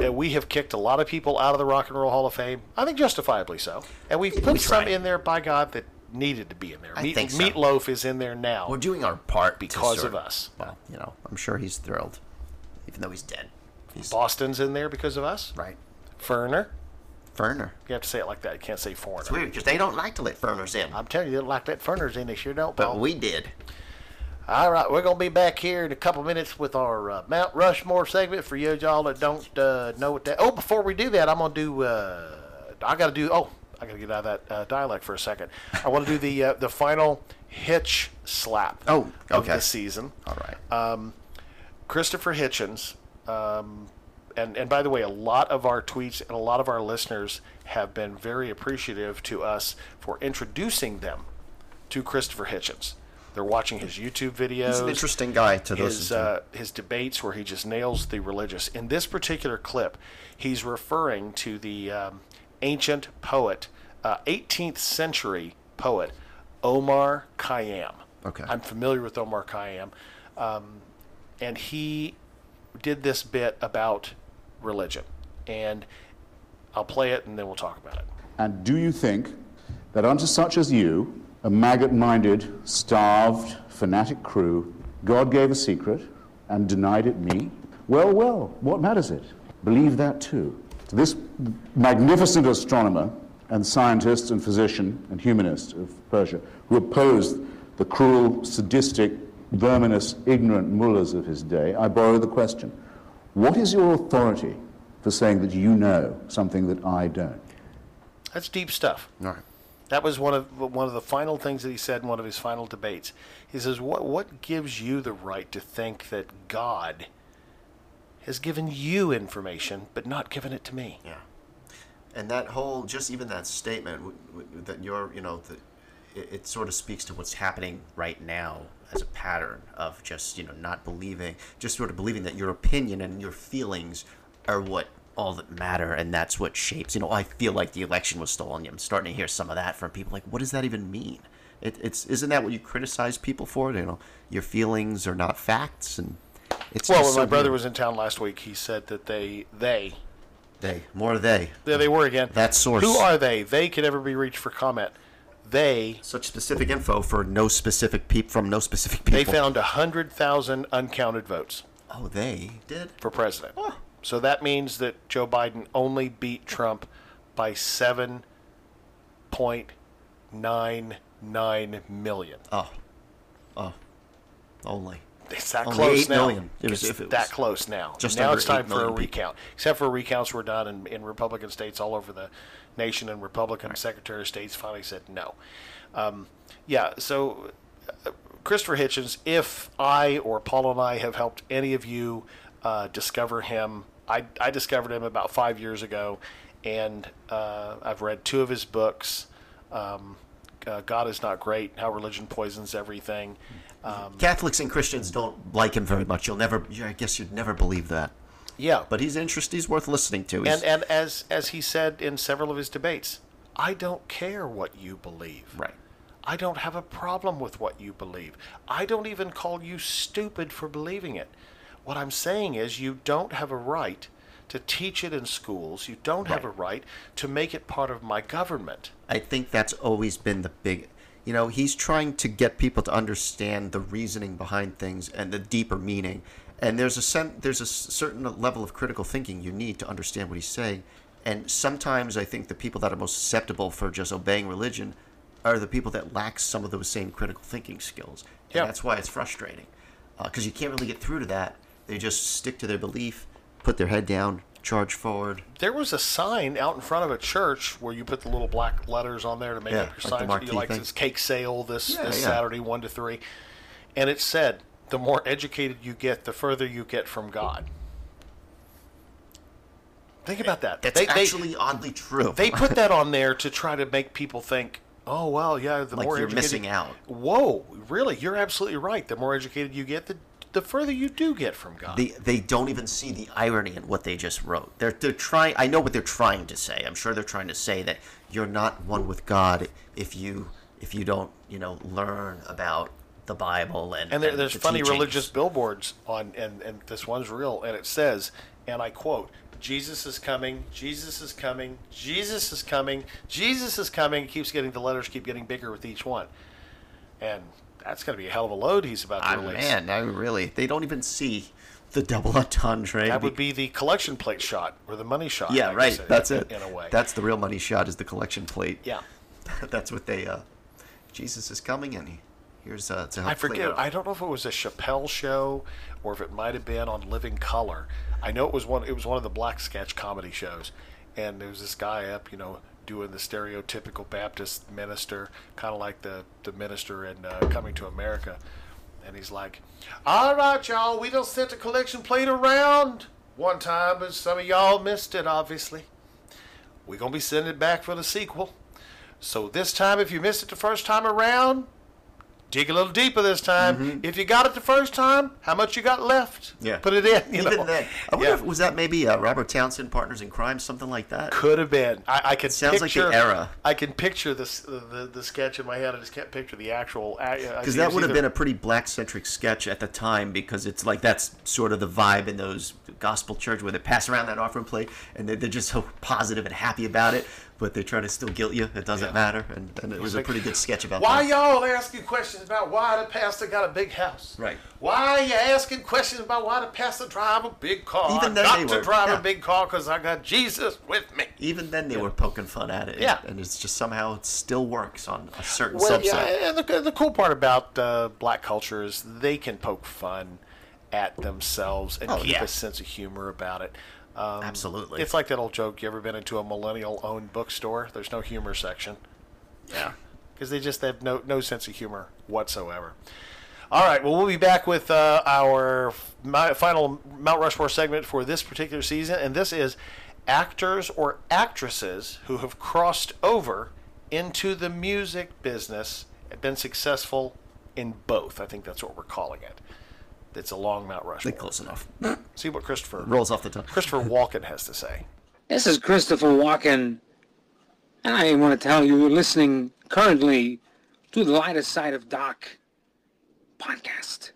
Yeah, we have kicked a lot of people out of the Rock and Roll Hall of Fame. I think justifiably so. And we've put some tried. in there, by God, that needed to be in there. I Meat, think so. Meatloaf is in there now. We're doing our part to Because sort- of us. Well, you know, I'm sure he's thrilled, even though he's dead. He's Boston's in there because of us. Right. Ferner. Ferner. You have to say it like that. You can't say foreigner. It's weird because they don't like to let Ferners in, I'm telling you, they don't like that Ferner's in. They sure don't. but Paul. we did. All right, we're going to be back here in a couple minutes with our uh, Mount Rushmore segment for you all that don't uh, know what that. Oh, before we do that, I'm going to do. Uh, I got to do. Oh, I got to get out of that uh, dialect for a second. I want to do the uh, the final hitch slap. Oh, of okay. this season. All right. Um, Christopher Hitchens, um, and and by the way, a lot of our tweets and a lot of our listeners have been very appreciative to us for introducing them to Christopher Hitchens. They're watching his YouTube videos. He's an interesting guy to his listen to. uh, his debates where he just nails the religious. In this particular clip, he's referring to the um, ancient poet, uh, 18th century poet Omar Khayyam. Okay. I'm familiar with Omar Khayyam, um, and he did this bit about religion, and I'll play it and then we'll talk about it. And do you think that unto such as you, a maggot minded, starved, fanatic crew, God gave a secret and denied it me? Well, well, what matters it? Believe that too. To this magnificent astronomer and scientist and physician and humanist of Persia who opposed the cruel, sadistic, verminous, ignorant mullahs of his day, I borrow the question What is your authority for saying that you know something that I don't? That's deep stuff. All right. That was one of one of the final things that he said in one of his final debates. He says, "What what gives you the right to think that God has given you information, but not given it to me. Yeah. And that whole, just even that statement w- w- that you're, you know, the, it, it sort of speaks to what's happening right now as a pattern of just, you know, not believing, just sort of believing that your opinion and your feelings are what all that matter and that's what shapes you know i feel like the election was stolen i'm starting to hear some of that from people like what does that even mean it, it's isn't that what you criticize people for you know your feelings are not facts and it's well, just when so my brother weird. was in town last week, he said that they they they more they there they were again. That source. Who are they? They can never be reached for comment. They such specific info for no specific peep from no specific people They found hundred thousand uncounted votes. Oh, they did for president. So that means that Joe Biden only beat Trump by seven point nine nine million. Oh, oh, only. It's that Only close eight now. million. It was- it's if it that was close now. just now under it's time eight for a million people. recount. Except for recounts were done in, in Republican states all over the nation, and Republican Secretary of States finally said no. Um, yeah, so uh, Christopher Hitchens, if I or Paul and I have helped any of you uh, discover him, I, I discovered him about five years ago, and uh, I've read two of his books. Um, uh, God is not great. How religion poisons everything. Hmm. Um, Catholics and Christians don't like him very much. You'll never. yeah, I guess you'd never believe that. Yeah. But he's interest. He's worth listening to. He's- And and as as he said in several of his debates, I don't care what you believe. Right. I don't have a problem with what you believe. I don't even call you stupid for believing it. What I'm saying is you don't have a right to teach it in schools. You don't have a right to make it part of my government. I think that's always been the big. You know, he's trying to get people to understand the reasoning behind things and the deeper meaning. And there's a sen- there's a s- certain level of critical thinking you need to understand what he's saying. And sometimes I think the people that are most susceptible for just obeying religion are the people that lack some of those same critical thinking skills. And Yeah. that's why it's frustrating because you can't really get through to that. They just stick to their belief, put their head down, charge forward. There was a sign out in front of a church where you put the little black letters on there to make Yeah, up your like the signs that you marquee like thing. this cake sale this, Yeah, this yeah. Saturday, 1 to 3. And it said, the more educated you get, the further you get from God. Think about that. That's actually oddly true. They put that on there to try to make people think, oh, well, yeah, the Like more you're educated- missing out. Whoa, really? You're absolutely right. The more educated you get, the, the further you do get from God. They they don't even see the irony in what they just wrote. They're they're trying. I know what they're trying to say. I'm sure they're trying to say that you're not one with God if you if you don't you know learn about the Bible and And there, there's the funny teachings. religious billboards on, and, and this one's real, and it says, and I quote, Jesus is coming, Jesus is coming, Jesus is coming, Jesus is coming. Keeps getting the letters, keep getting bigger with each one. And that's going to be a hell of a load he's about to Ah, release. man, I really they don't even see the double entendre. That would be the collection plate shot or the money shot. yeah, I right. guess, in- That's it. In a way. That's the real money shot is the collection plate. yeah. that's what they. uh Jesus is coming and he, here's uh to help I clear forget. up. I don't know if it was a Chappelle show or if it might have been on Living Color. I know it was one. It was one of the black sketch comedy shows, and there was this guy up, you know, doing the stereotypical Baptist minister, kind of like the the minister in uh, Coming to America, and he's like, "All right, y'all, we don't set the collection plate around one time, but some of y'all missed it, obviously. We're gonna be sending it back for the sequel." So this time, if you missed it the first time around, dig a little deeper this time. If you got it the first time, how much you got left? Mm-hmm. Yeah. Put it in. You Even know? then, I wonder if was that maybe uh, Robert Townsend, Partners in Crime, something like that. Could have been. I, I can Sounds like the picture, era. I can picture this the, the, the sketch in my head. I just can't picture the actual. uh, Because Because that would have been a pretty black centric sketch at the time, because it's like that's sort of the vibe in those gospel church where they pass around that offering plate and they- they're just so positive and happy about it, but they try to still guilt you. It doesn't matter, and, and it was a like, pretty good sketch about Why that. y'all asking questions about why the pastor got a big house? Right. Why you asking questions about why the pastor drive a big car? Even I then got they to were- drive yeah. a big car because I got Jesus with me. Even then, they were poking fun at it. and- Yeah. and, it's just somehow it still works on a certain Well, subset. yeah, and the, the cool part about uh, black culture is they can poke fun at themselves and Oh, keep yeah. a sense of humor about it. Um, Absolutely. It's like that old joke you ever been into a millennial owned bookstore? There's no humor section. Yeah. Because they just have no, no sense of humor whatsoever. All right. Well, we'll be back with uh, our f- my final Mount Rushmore segment for this particular season, and this is actors or actresses who have crossed over into the music business and been successful in both. I think that's what we're calling it. It's a long Mount Rushmore. Close enough. See what Christopher Rolls off the tongue. Christopher Walken has to say. This is Christopher Walken, and I want to tell you you're listening currently to the lighter side of Doc podcast.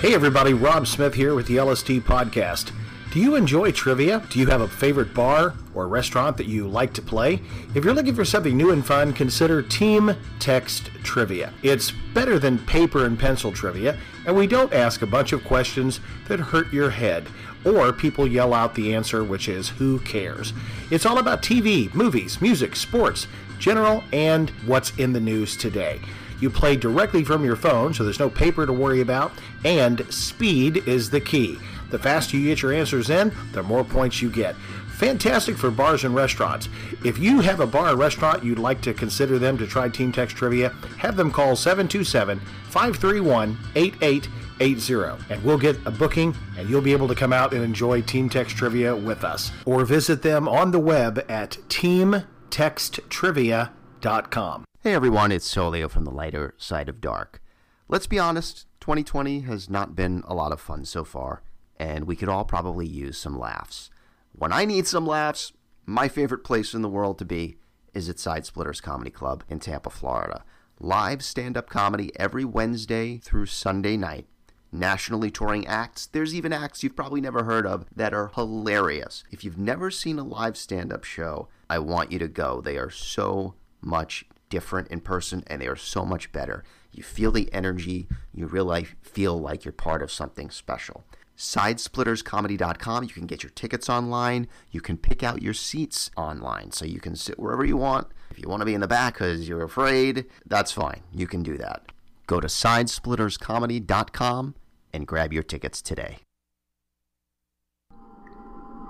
Hey everybody, Rob Smith here with the LST Podcast. Do you enjoy trivia? Do you have a favorite bar or restaurant that you like to play? If you're looking for something new and fun, consider Team Text Trivia. It's better than paper and pencil trivia, and we don't ask a bunch of questions that hurt your head or people yell out the answer, which is who cares. It's all about TV, movies, music, sports, general, and what's in the news today. You play directly from your phone, so there's no paper to worry about, and speed is the key. The faster you get your answers in, the more points you get. Fantastic for bars and restaurants. If you have a bar or restaurant you'd like to consider them to try Team Text Trivia, have them call 727 531 8880 and we'll get a booking and you'll be able to come out and enjoy Team Text Trivia with us. Or visit them on the web at teamtexttrivia.com. Hey everyone, it's Solio from the lighter side of dark. Let's be honest, 2020 has not been a lot of fun so far, and we could all probably use some laughs. When I need some laughs, my favorite place in the world to be is at Side Splitters Comedy Club in Tampa, Florida. Live stand up comedy every Wednesday through Sunday night. Nationally touring acts, there's even acts you've probably never heard of that are hilarious. If you've never seen a live stand up show, I want you to go. They are so much different in person and they are so much better. You feel the energy, you really feel like you're part of something special. Sidesplitterscomedy.com, you can get your tickets online, you can pick out your seats online, so you can sit wherever you want. If you want to be in the back because you're afraid, that's fine, you can do that. Go to sidesplitterscomedy.com and grab your tickets today.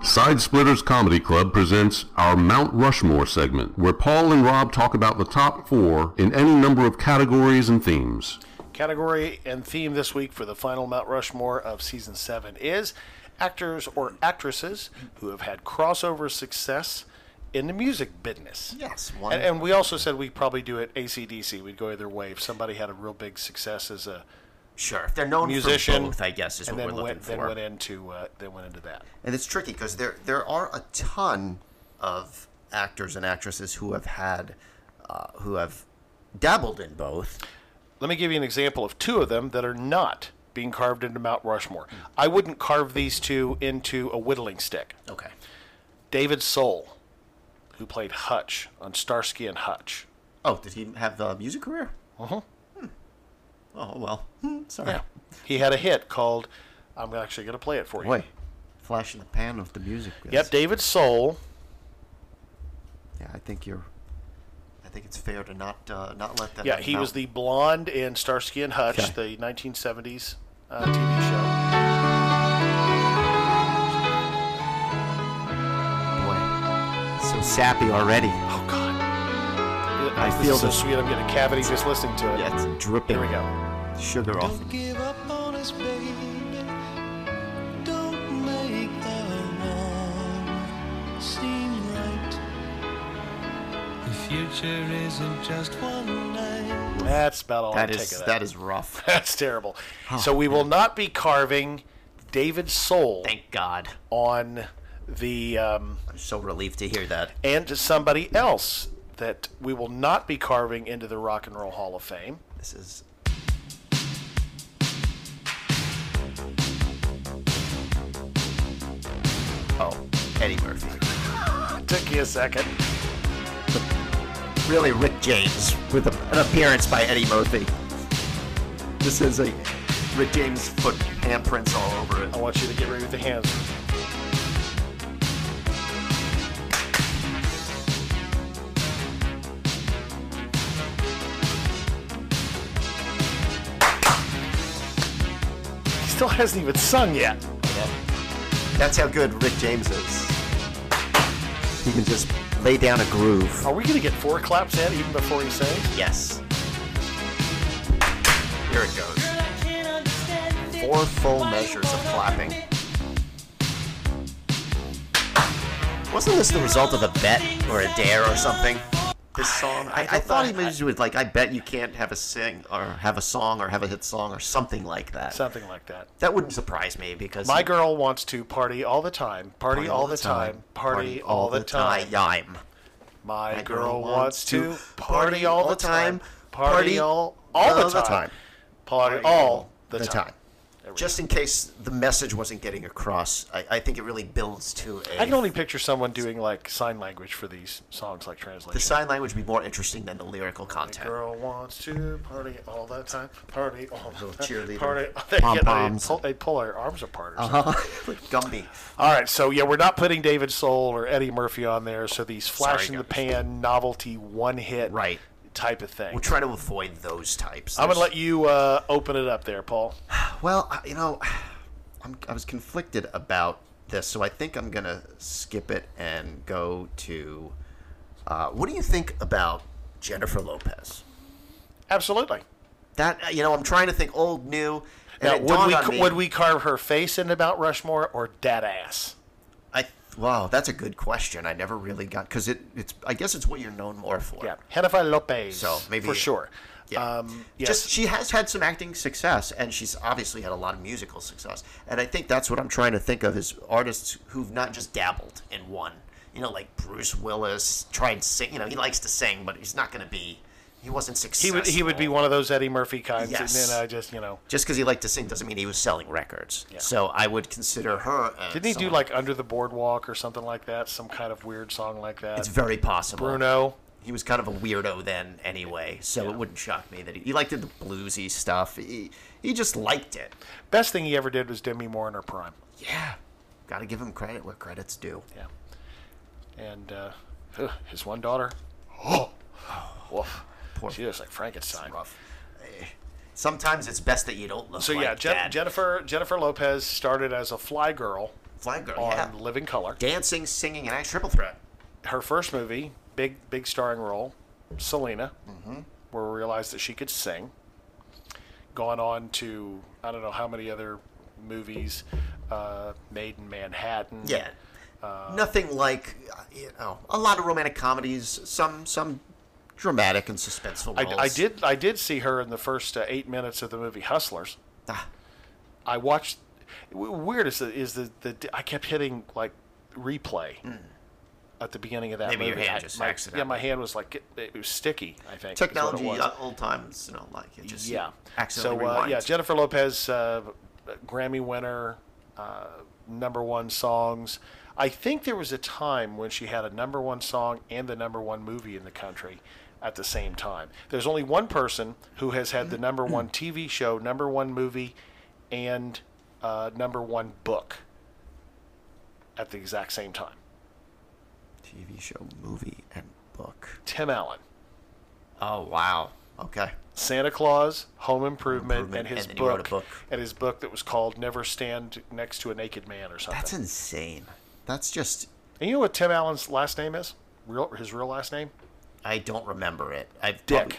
Side Splitters Comedy Club presents our Mount Rushmore segment, where Paul and Rob talk about the top four in any number of categories and themes. Category and theme this week for the final Mount Rushmore of season seven is actors or actresses who have had crossover success in the music business. Yes, one. And, and we also said we probably do it ACDC. We'd go either way. If somebody had a real big success as a sure, if they're known for musician, both, I guess, is and what then we're went, looking Then for. went into uh, then went into that. And it's tricky because there there are a ton of actors and actresses who have had uh, who have dabbled in both. Let me give you an example of two of them that are not being carved into Mount Rushmore. Hmm. I wouldn't carve these two into a whittling stick. Okay. David Soul, who played Hutch on Starsky and Hutch. Oh, did he have a music career? Hmm. Uh-huh. Oh well. Sorry. Yeah. He had a hit called I'm actually going to play it for you. Boy, flash in the pan of the music. Yep, David Soul. Yeah, I think you're. I think it's fair to not uh, not let that. Yeah, he was the blonde in Starsky and Hutch, the 1970s uh, TV show. boy. So sappy already. Oh God. I This feel is so the- sweet. I'm getting a cavity just listening to it. Yeah, it's dripping. Here we go. Sugar off. Give up on us, baby. Don't make the wrong seem right. The future isn't just one night. That's about all That I is- take of that. that is rough. That's terrible. Oh, so we will not be carving David Soul. Thank God. On the. Um, I'm so relieved to hear that. And to somebody else that we will not be carving into the Rock and Roll Hall of Fame. This is. Oh, Eddie Murphy. Took you a second. Really, Rick James with a, an appearance by Eddie Murphy. This is a Rick James foot handprints all over it. I want you to get ready with the hands. He still hasn't even sung yet. That's how good Rick James is. He can just lay down a groove. Are we going to get four claps in even before he sings? Yes. Here it goes. Four full measures of clapping. Wasn't this the result of a bet or a dare or something? This song? I, I thought he was with like, I bet you can't have a sing or have a song or have a hit song or something like that. Something like that. That wouldn't surprise me because My girl wants to party all the time, party, all the time, party all the time. Yime. My girl wants to party all the time, party all all all the time, party all the the time. time. Just in case the message wasn't getting across, I, I think it really builds to a. I can only picture someone doing like sign language for these songs, like translation. the sign language would be more interesting than the lyrical content. Girl wants to party all the time, party all the Little time. cheerleader. Party. They, get- they, Pom-poms. pull, they pull our arms apart. Or Uh-huh. something. Like Gumby. All right, so yeah, we're not putting David Soul or Eddie Murphy on there. So these flash Sorry, in the pan novelty one hit right type of thing. We'll try to avoid those types. I'm gonna There's- let you uh, open it up there, Paul. Well, I- you know, I'm, I was conflicted about this, so I think I'm gonna skip it and go to. Uh, what do you think about Jennifer Lopez? Absolutely. That uh, you know, I'm trying to think old, new. And Now, it would dawned we on me- would we carve her face into Mount Rushmore or dead ass? I wow, that's a good question. I never really got because it, it's. I guess it's what you're known more for. Yeah, Jennifer Lopez. So maybe for sure. Yeah. Um, yes. Just she has had some acting success, and she's obviously had a lot of musical success. And I think that's what I'm trying to think of is artists who've not just dabbled in one. You know, like Bruce Willis tried sing. You know, he likes to sing, but he's not going to be. He wasn't he successful. would he would be one of those Eddie Murphy kinds, Yes. and then I just you know Just because he liked to sing doesn't mean he was selling records. So I would consider her. As didn't he do someone- like Under the Boardwalk or something like that? Some kind of weird song like that. It's very possible. Bruno. He was kind of a weirdo then, anyway, so it wouldn't shock me that he, he liked the bluesy stuff. He, he just liked it. Best thing he ever did was Demi Moore in her prime, Yeah. Got to give him credit where credit's due. Yeah. and uh, ugh, his one daughter. Oh, woof. She looks like Frankenstein. Sometimes it's best that you don't look So like yeah, Jen- that. Jennifer Jennifer Lopez started as a fly girl. Fly girl, on yeah. Living Color. Dancing, singing, and I triple threat. Her first movie, big big starring role, Selena, Mm-hmm. where we realized that she could sing. Gone on to I don't know how many other movies, uh, Made in Manhattan. Yeah. Uh, Nothing like, uh, you know, a lot of romantic comedies, some some dramatic and suspenseful I, roles. I did I did see her in the first uh, eight minutes of the movie Hustlers. Ah, I watched. w- Weird is the, is the, the I kept hitting like replay at the beginning of that. Hmm. Maybe your movie. hand I- just my- Yeah, accidentally- my hand was like it was sticky. I think is what it Technology, was. uh, old times, you know, like, it just yeah. accidentally so uh, yeah, rewinds. Jennifer Lopez, uh, Grammy winner, uh, number one songs. I think there was a time when she had a number one song and the number one movie in the country at the same time. There's only one person who has had the number one TV show, number one movie, and uh, number one book at the exact same time. TV show, movie, and book. Tim Allen. Oh wow. Okay. Santa Claus, Home Improvement, and his and then he book, wrote a book. and his book that was called Never Stand Next to a Naked Man or something. That's insane. That's just and you know what Tim Allen's last name is? Real his real last name? I don't remember it. I've Dick. probably-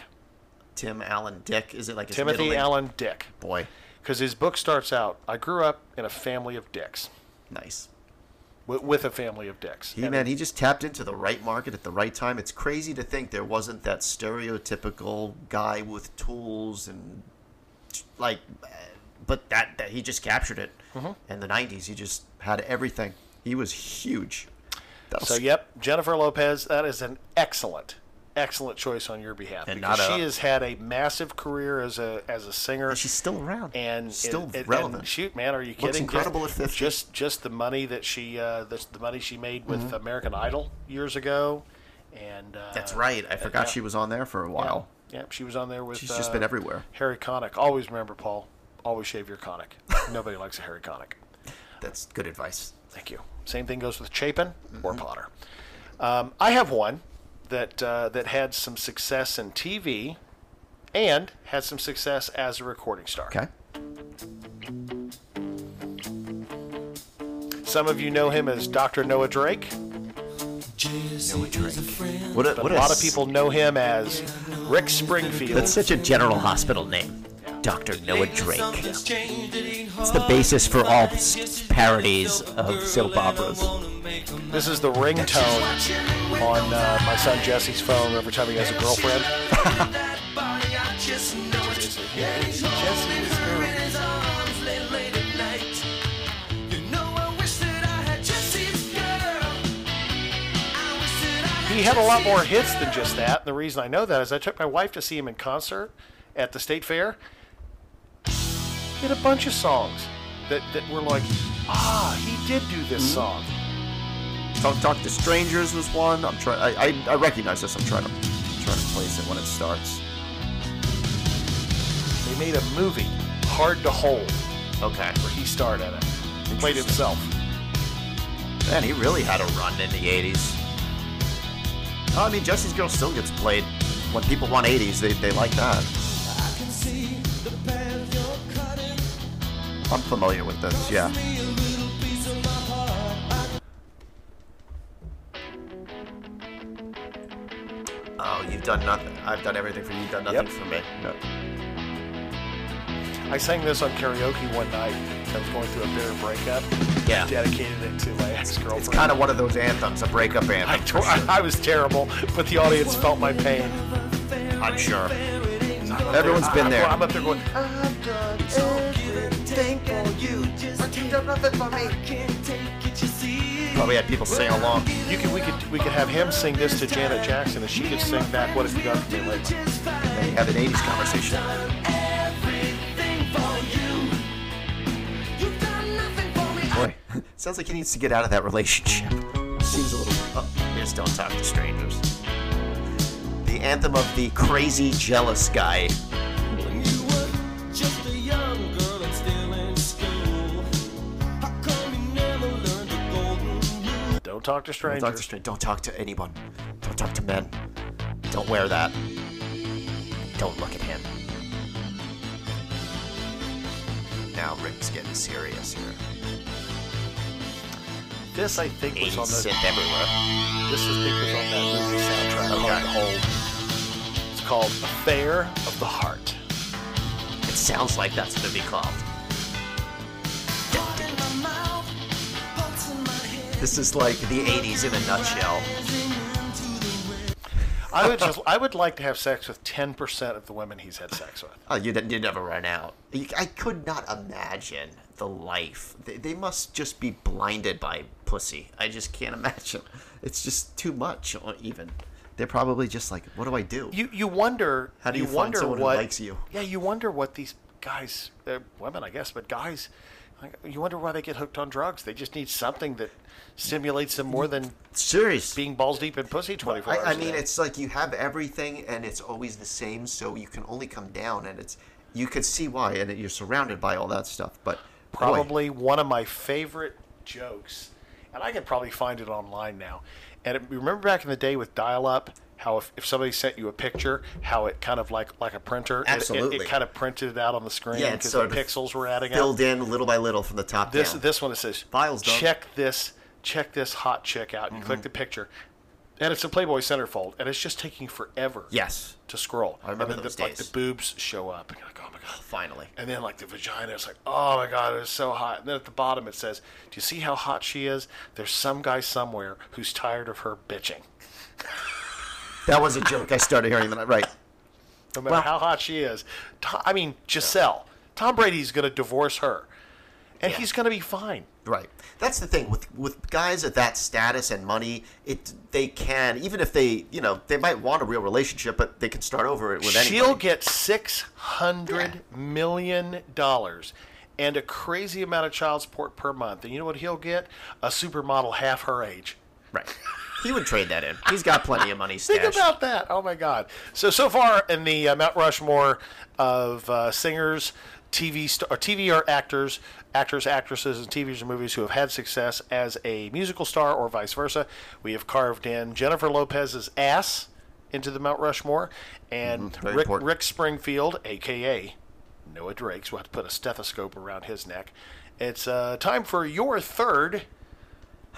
Tim Allen Dick. Is it like his middle Timothy name? Allen Dick. Boy, Because his book starts out, I grew up in a family of dicks. nice. With, with a family of dicks. He man, he just tapped into the right market at the right time. It's crazy to think there wasn't that stereotypical guy with tools and like, uh, but that, that he just captured it. Mhm. In the '90s, he just had everything. He was huge. That So was- yep, Jennifer Lopez. That is an excellent, excellent choice on your behalf And because not a- she has had a massive career as a as a singer. she's still around and Still and- and- relevant. shoot, man, are you Looks kidding? Just- incredible at 50. Just just the money that she uh, the, the money she made with Mhm. American Idol years ago, and uh, That's right. I forgot she was on there for a while. Yep, she was on there with. She's just been uh, everywhere. Harry Connick. Always remember, Paul. Always shave your conic. Nobody likes a Harry Connick. That's good advice. Thank you. Same thing goes with Chapin or Mm-hmm. Potter. Um, I have one that uh, that had some success in TV and had some success as a recording star. Okay. Some of you know him as Dr. Noah Drake. Noah Drake. What a, but what a lot s- of people know him as Rick Springfield. That's such a General Hospital name. Dr. Noah Drake. It's the basis for all s- s- parodies of soap operas. This is the ringtone on uh, my son Jesse's phone every time he has a girlfriend. He had a lot more hits than just that. And the reason I know that is I took my wife to see him in concert at the state fair. He had a bunch of songs that, that were like, ah, he did do this song. Talk, talk to strangers was one. I'm trying. I, I, I recognize this. I'm trying to trying to place it when it starts. They made a movie, Hard to Hold. Okay. Where he starred in it. He played himself. Man, he really had a run in the '80s. Oh, I mean, Jesse's Girl still gets played. When people want '80s, they, they like that. I'm familiar with this. Yeah. Oh, you've done nothing. I've done everything for you. You've done nothing for me. No. I sang this on karaoke one night. I was going through a bitter breakup. Yeah. Dedicated it to my ex-girlfriend. It's kind of one of those anthems, a breakup anthem. I, tore- I was terrible, but the audience felt my pain. I'm sure. Everyone's been there. I'm up there going, I've done everything for you. But you've done nothing for me. Probably had people sing along. You could, we could, we could have him sing this to Janet Jackson, and she could sing back. What have you done for me lately? They have an '80s conversation. Boy, sounds like he needs to get out of that relationship. Seems a little. Oh, here's Don't Talk to Strangers. The anthem of the crazy jealous guy. Just a young girl and still in school. How come you never learned the golden rule? Don't talk to strangers. Don't talk to strangers. Don't talk to anyone. Don't talk to men. Don't wear that. Don't look at him. Now Rick's getting serious here. This I think was on the. synth everywhere. This I think was on that movie soundtrack. Hard to hold. It's called Affair of the Heart. It sounds like that's what it'd be called. This is like the 80s in a nutshell. I would just, I would like to have sex with 10% of the women he's had sex with. Oh, you you never run out. You, I could not imagine the life. They, they must just be blinded by pussy. I just can't imagine. It's just too much. uh, Even they're probably just like, what do I do? You you wonder. How do you find wonder someone who what, likes you? Yeah, you wonder what these guys, they're women, I guess, but guys, like, you wonder why they get hooked on drugs. They just need something that stimulates them more than serious being balls deep in pussy twenty four hours. I, I a mean, day. it's like you have everything and it's always the same, so you can only come down, and it's you could see why, and you're surrounded by all that stuff. But boy, probably one of my favorite jokes, and I could probably find it online now. And it, remember back in the day with dial-up, how if, if somebody sent you a picture, how it kind of like like a printer, it- it- it, Absolutely. kind of printed it out on the screen yeah, it's because the sort of pixels were adding up. filled in little by little from the top This down. this one it says Files Mm-hmm. done. check this check this hot chick out. You click the picture, and it's a Playboy centerfold, and it's just taking forever. Yes. to scroll. I remember and then those the, like days. the boobs show up, and you're like, oh my god, finally. And then like the vagina is like, oh my god, it's so hot. And then at the bottom it says, do you see how hot she is? There's some guy somewhere who's tired of her bitching. That was a joke I started hearing that right. No matter how hot she is, To- I mean Giselle, Tom Brady's gonna divorce her, and he's gonna be fine. Right. That's the thing with with guys at that status and money. It they can even if they you know they might want a real relationship, but they can start over it with anybody. She'll get six hundred million dollars and a crazy amount of child support per month. And you know what he'll get? A supermodel half her age. Right. He would trade that in. He's got plenty of money stashed. Think about that. Oh my God. So so far in the uh, Mount Rushmore of uh, singers, TV st- or TV or actors, actors, actresses, and TVs or movies who have had success as a musical star or vice versa, we have carved in Jennifer Lopez's ass into the Mount Rushmore, and Mhm, very Rick, important. Rick Springfield, aka Noah Drake's, we'll have to put a stethoscope around his neck. It's uh, time for your third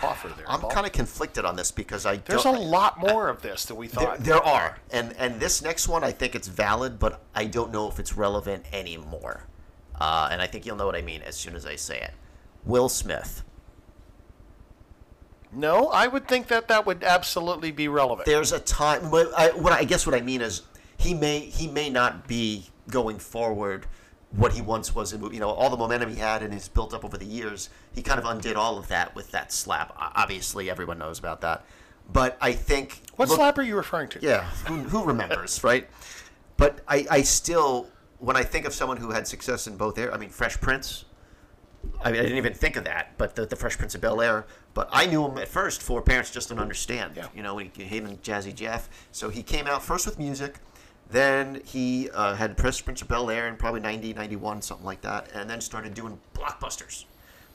offer there. I'm Paul. kind of conflicted on this because I There's a don't, lot more of this than we There, thought. there are, and and this next one, I think it's valid, but I don't know if it's relevant anymore. Uh, and I think you'll know what I mean as soon as I say it. Will Smith. No, I would think that that would absolutely be relevant. There's a time, but I, what I guess what I mean is he may he may not be going forward what he once was. In, you know, all the momentum he had and his built up over the years, he kind of undid all of that with that slap. O- Obviously, everyone knows about that. But I think What look- slap are you referring to? Yeah, who, who remembers, right? But I, I still, when I think of someone who had success in both air, I mean, Fresh Prince. I, I didn't even think of that, but the, the Fresh Prince of Bel Air. But I knew him at first for Parents Just Don't Understand. You know, he, him and Jazzy Jeff. So he came out first with music, then he uh, had Fresh Prince of Bel Air in probably 90, 91, something like that, and then started doing blockbusters.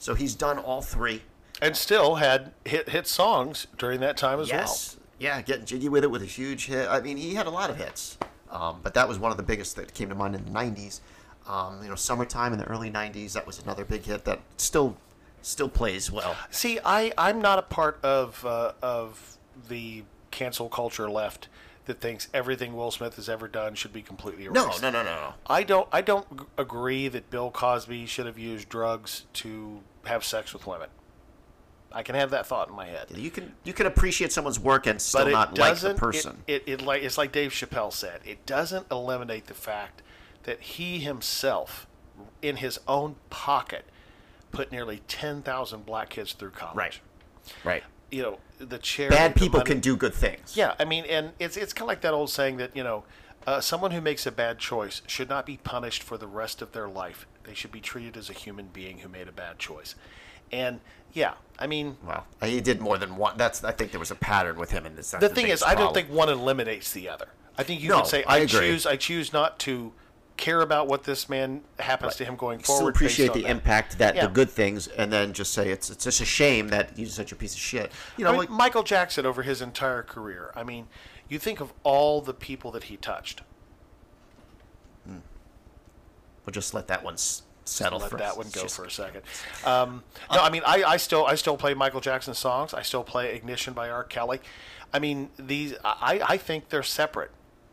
So he's done all three. And still had hit hit songs during that time as yes. Yeah, getting jiggy with it with a huge hit. I mean, he had a lot of hits, um, but that was one of the biggest that came to mind in the '90s. Um, you know, summertime in the early '90s, that was another big hit that still still plays well. well. See, I I'm not a part of uh, of the cancel culture left that thinks everything Will Smith has ever done should be completely No, erased. no, no, no, no. I don't I don't g- agree that Bill Cosby should have used drugs to have sex with women. I can have that thought in my head. You can you can appreciate someone's work and still but it not like doesn't. the person. It, it, it like it's like Dave Chappelle said. It doesn't eliminate the fact that he himself, in his own pocket, put nearly ten thousand black kids through college. Right. right. You know the charity. Bad the people money- can do good things. Yeah, I mean, and it's it's kind of like that old saying that you know, uh, someone who makes a bad choice should not be punished for the rest of their life. They should be treated as a human being who made a bad choice. And yeah, I mean, Well, he did more than one. That's I think there was a pattern with him in this. the thing is, I don't think one eliminates the other. I think you No, could say I I, agree. choose I choose not to care about what this man happens to him going still forward. appreciate based on the impact that Yeah. the good things, and then just say it's it's just a shame that he's such a piece of shit. You know, I mean, like Michael Jackson over his entire career. I mean, you think of all the people that he touched. we'll just let that one s- settle Let for that us. one It's go just- for a second. Um, no, I mean, I, I still I still play Michael Jackson songs. I still play Ignition by R. Kelly. I mean, these I, I think they're separate.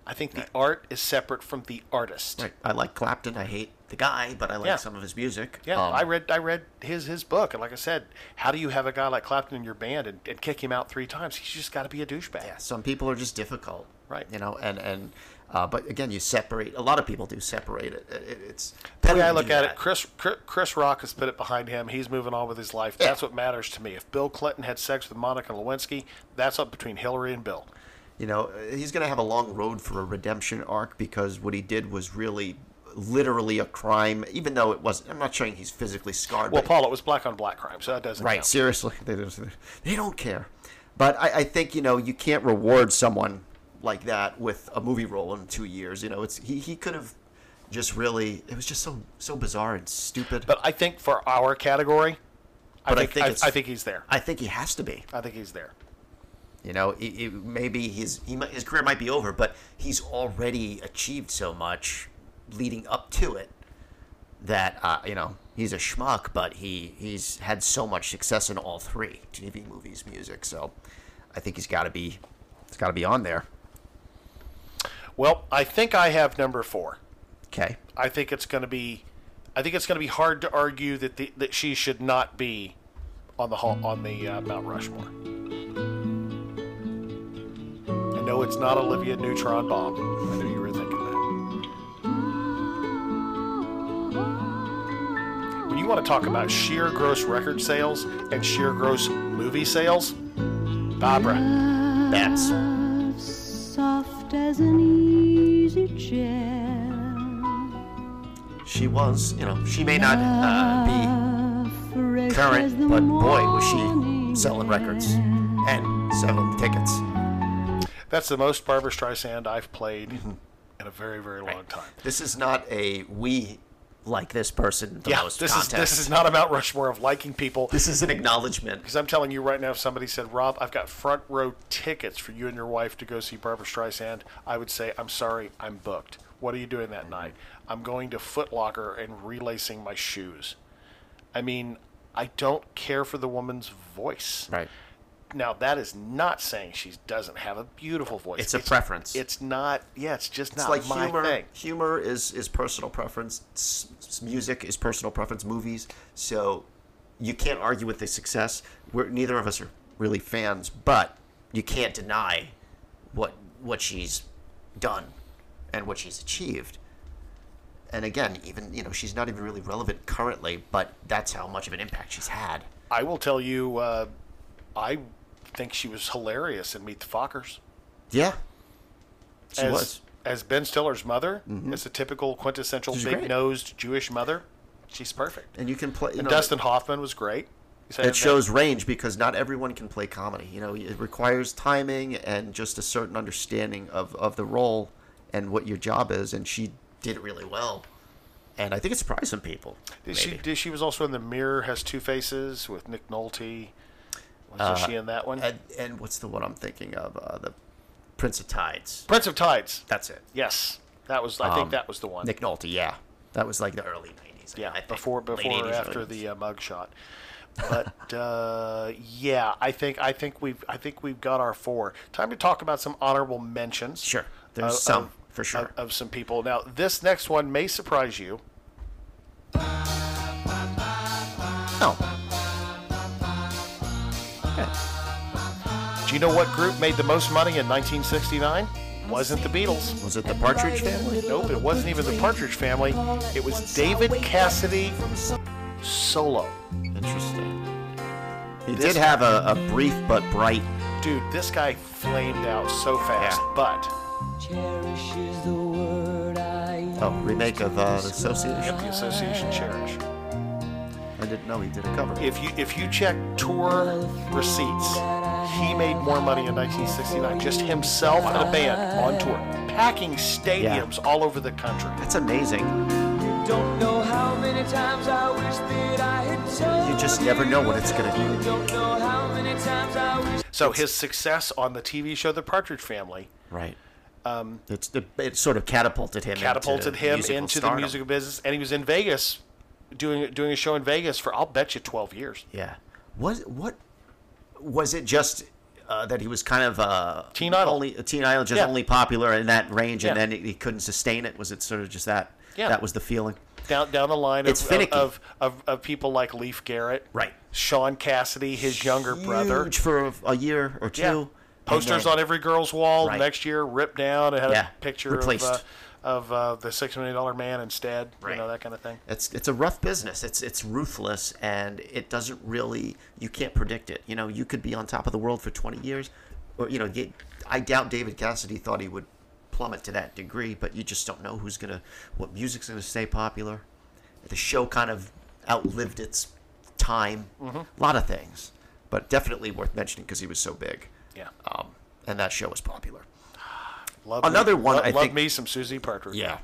I think the art is separate from the artist. Right. I like Clapton. I hate the guy, but I like Yeah. some of his music. Yeah, Um, I read I read his his book, and like I said, how do you have a guy like Clapton in your band and, and kick him out three times? He's just got to be a douchebag. yeah, some people are just difficult. Right. You know, and and uh, but again, you separate. A lot of people do separate it. it, it it's The way I to look do at that. it, Chris Chris- Chris Rock has put it behind him. He's moving on with his life. That's what matters to me. If Bill Clinton had sex with Monica Lewinsky, that's up between Hillary and Bill. You know, he's going to have a long road for a redemption arc because what he did was really literally a crime, even though it wasn't. I'm not saying he's physically scarred. Well, but Paul, it was black on black crime, so that doesn't Right. count. Seriously, they don't, they don't care. But I, I think you know you can't reward someone like that with a movie role in two years. You know, it's he, he could have just really. It was just so so bizarre and stupid. But I think for our category, I But think, I, it's- I think he's there. I think he has to be. I think he's there. You know, it, it, maybe his he, might- his career might be over, but he's already achieved so much leading up to it that uh, you know he's a schmuck, but he he's had so much success in all three TV movies, music. So I think he's got to be it's got to be on there. Well, I think I have number four. Okay, I think it's going to be, I think it's going to be hard to argue that the, that she should not be on the hall, on the uh, Mount Rushmore. I know it's not Olivia Neutron Bomb. I know you were thinking that. When you want to talk about sheer gross record sales and sheer gross movie sales, Barbara, that's Soft as an easy chair, she was you know she may not uh, be fresh as current, the but boy was she selling records and selling tickets. that's the most Barbara Streisand I've played in a very, very long time. This is not a we like this person the yeah, most this contest. is this is not a Mount Rushmore of liking people. This is an acknowledgement. Because I'm telling you right now, if somebody said, "Rob, I've got front row tickets for you and your wife to go see Barbara Streisand," I would say, "I'm sorry, I'm booked. What are you doing that night? I'm going to Foot Locker and relacing my shoes." I mean, I don't care for the woman's voice. Right. Now that is not saying she doesn't have a beautiful voice. It's a preference. It's not. Yeah, it's just It's not like my humor. thing. Humor is is personal preference. S- s- music is personal preference. Movies. So you can't argue with the success. We're neither of us are really fans, but you can't deny what what she's done and what she's achieved. And again, even you know, she's not even really relevant currently, but that's how much of an impact she's had. I will tell you, uh, I think she was hilarious in Meet the Fockers. Yeah, she as, was. Mm-hmm. As Ben Stiller's mother, as a typical quintessential She's great. big nosed Jewish mother, she's perfect. And you can play. You And know, Dustin Hoffman was great. You said It shows range because not everyone can play comedy. You know, it requires timing and just a certain understanding of, of the role and what your job is. And she did really well. And I think it surprised some people. Did she, did, she was also in The Mirror Has Two Faces with Nick Nolte. Was Uh, not she in that one? And, and what's the one I'm thinking of? Uh, the Prince of Tides. Prince of Tides. That's it. Yes, that was. I think Um, that was the one. Nick Nolte, yeah. That was like the early 90s. yeah, before late before or 80s, after early the uh, mug shot. But uh, yeah, I think I think we've I think we've got our four. Time to talk about some honorable mentions. Sure, There's uh, some, for sure. of, of some people. Now this next one may surprise you. No. Do you know what group made the most money in 1969? Wasn't the Beatles. Was it the Partridge Family? Nope, it wasn't even the Partridge Family. It was David Cassidy solo. Interesting. He This- did have a, a brief but bright. Dude, this guy flamed out so fast. But Oh, remake of uh, the Association. Yep, the Association Cherish. I didn't know he did a cover. if you if you check tour receipts, he made more money in 1969 just himself and a band on tour, packing stadiums all over the country. That's amazing. Don't know how many times I wish that I had told You just never know what it's going to Don't know how many times I wish So his success on the TV show The Partridge Family be. Right. um, It's, it, it sort of catapulted him. catapulted into him musical into the stardom. musical business, and he was in Vegas doing doing a show in Vegas for I'll bet you 12 years. Yeah. What? What? Was it just uh, that he was kind of uh, teen idol? Only teen idol, just Yeah. only popular in that range, and Yeah. then he- he couldn't sustain it. Was it sort of just that? Yeah. That was the feeling. Down down the line It's of, finicky. of, of of people like Leaf Garrett, Right. Sean Cassidy, his younger brother, Huge for a, a year or two. Yeah. Posters And then- on every girl's wall. Right. Next year, ripped down. It had Yeah, a picture replaced. of, uh, of uh, the six million dollar man instead. You know that kind of thing. It's it's a rough business. It's it's ruthless and it doesn't really you can't predict it. You know, you could be on top of the world for 20 years or you know, you, I doubt David Cassidy thought he would plummet to that degree, but you just don't know who's going to what music's going to stay popular. The show kind of outlived its time. Mhm. A lot of things, but definitely worth mentioning because he was so big. Yeah. Um, and that show was popular. Love Another me, one Love, I love think- me some Susie Partridge. Yeah.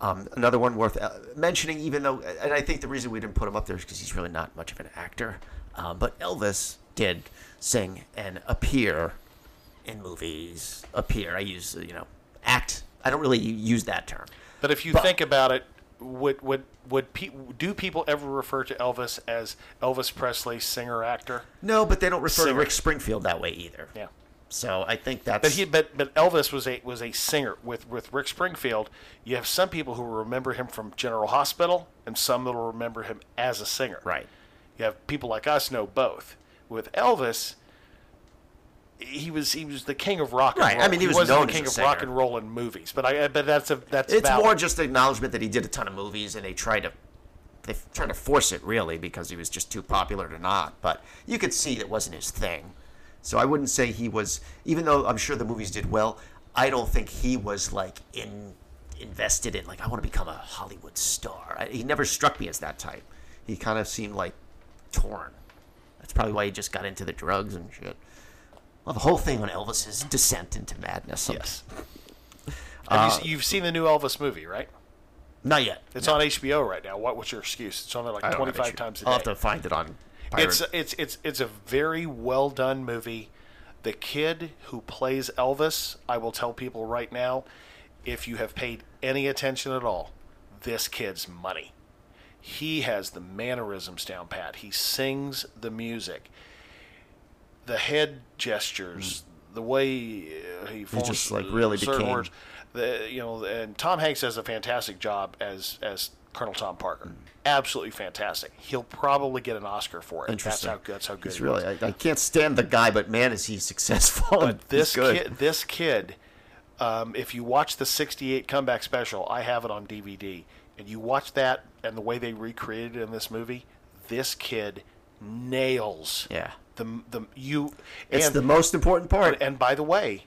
Um, another one worth uh, mentioning, even though, and I think the reason we didn't put him up there is because he's really not much of an actor. Um, but Elvis did sing and appear in movies. Appear, I use, uh, you know, act. I don't really use that term. But if you think about it, would would would pe- do people ever refer to Elvis as Elvis Presley, singer actor? No, but they don't refer Singer. to Rick Springfield that way either. Yeah. So I think that's. But he but but Elvis was a was a singer with with Rick Springfield. You have some people who remember him from General Hospital, and some that will remember him as a singer. Right. You have people like us know both. With Elvis, he was he was the king of rock. Right, And roll. I mean, he was wasn't known the as king a of rock singer. and roll in movies. But I but that's a that's it's valid. more just acknowledgement that he did a ton of movies and they tried to they tried to force it really because he was just too popular to not but you could see it wasn't his thing so i wouldn't say he was even though i'm sure the movies did well i don't think he was like in invested in like i want to become a hollywood star I, he never struck me as that type he kind of seemed like torn that's probably why he just got into the drugs and shit well the whole thing on elvis's descent into madness yes Have uh, you, se- you've seen the new Elvis movie, right? not yet It's on HBO right now. What what's your excuse? It's on there I like don't have twenty five it. times a day. I'll have to find it on. Pirate. It's it's it's it's a very well done movie. The kid who plays Elvis, I will tell people right now, if you have paid any attention at all, this kid's money. He has the mannerisms down pat. He sings the music, the head gestures, the way uh, he forms Mm. just, like, really certain became- words. The, you know, and Tom Hanks does a fantastic job as as Colonel Tom Parker. Mm. Absolutely fantastic. He'll probably get an Oscar for it. Interesting. That's how good. That's how good. He's he really. was. I, I can't stand the guy, but man, is he successful. and he's But this good. kid, this kid, um, if you watch the '68 comeback special, I have it on DVD, and you watch that and the way they recreated it in this movie, this kid nails. Yeah. The the you. It's the most important part. And, and by the way,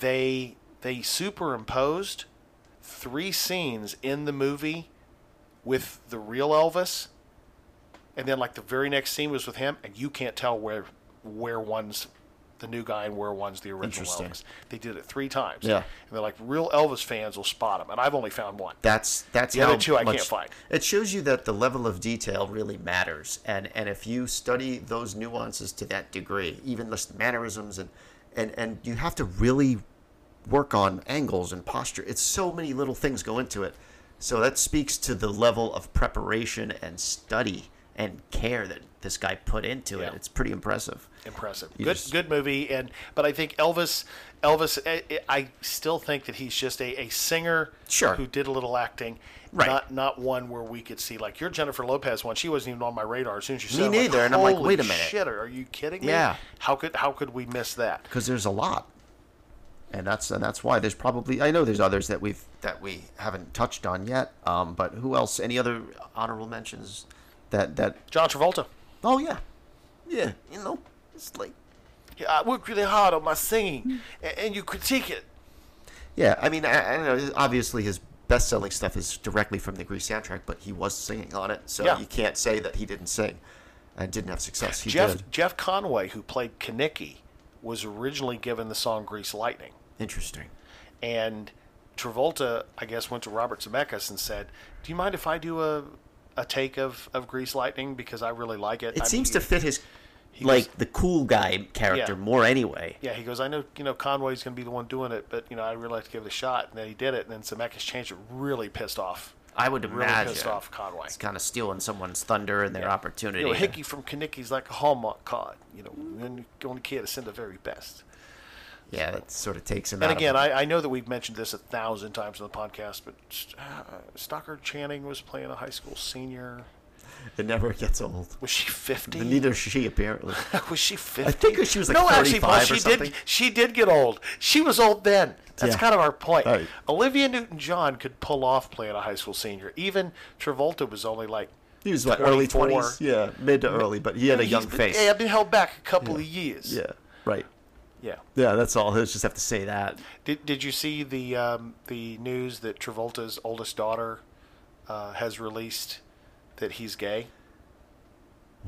they they superimposed three scenes in the movie with the real Elvis, and then like the very next scene was with him, and you can't tell where where one's the new guy and where one's the original Interesting. Elvis. They did it three times. Yeah. and they're like real Elvis fans will spot him, and I've only found one. That's that's The how other two I much- can't find. It shows you that the level of detail really matters, and and if you study those nuances to that degree, even the mannerisms and and and you have to really work on angles and posture. It's so many little things go into it, so that speaks to the level of preparation and study and care that this guy put into it. It's pretty impressive. Impressive. You good, just- good movie. And but I think Elvis, Elvis, I, I still think that he's just a, a singer Sure. who did a little acting. Right. Not not one where we could see like your Jennifer Lopez one. She wasn't even on my radar as soon as you Me said it, neither, Like, and I'm like, "Holy wait a minute." shit, are you kidding me? Yeah. How could how could we miss that? because there's a lot, and that's and that's why there's probably I know there's others that we've that we haven't touched on yet. Um, but who else? Any other honorable mentions? That that John Travolta. Oh yeah, yeah. You know, it's like Yeah, I worked really hard on my singing, and, and you critique it. yeah. I mean, I, I don't know. Obviously, his best-selling stuff is directly from the Grease soundtrack, but he was singing on it, so Yeah. you can't say that he didn't sing and didn't have success. He Jeff did. Jeff Conway, who played Kanicki, was originally given the song "Grease Lightning." Interesting. and Travolta, I guess, went to Robert Zemeckis and said, "Do you mind if I do a a take of of Grease Lightning because I really like it." It I seems mean, to fit his like the cool guy character Yeah. more anyway. Yeah, he goes, "I know, you know, Conway's going to be the one doing it, but you know, I'd really like to give it a shot." And then he did it, and then Zemeckis changed it, really pissed off. I would really imagine pissed off Conway. It's kind of stealing someone's thunder and their opportunity. You know, Hickey from Kanicki's like a Hallmark card. You know, and you only care to send the very best. yeah, that sort of takes him And out. again, of, I, I know that we've mentioned this a thousand times on the podcast, but uh, Stockard Channing was playing a high school senior. it never gets old. Was she fifty? Neither is she apparently. was she 50? I think she was like no, actually, 35 Paul, or she something. did. She did get old. She was old then. That's Yeah. kind of our point. Right. Olivia Newton-John could pull off playing a high school senior. Even Travolta was only like He was what early 24. twenties, yeah, mid to early, but he had a He's young been- face. Yeah, I've been held back a couple of years. Yeah, right. Yeah. Yeah, that's all. He'll just have to say that. Did Did you see the um, the news that Travolta's oldest daughter uh, has released that he's gay?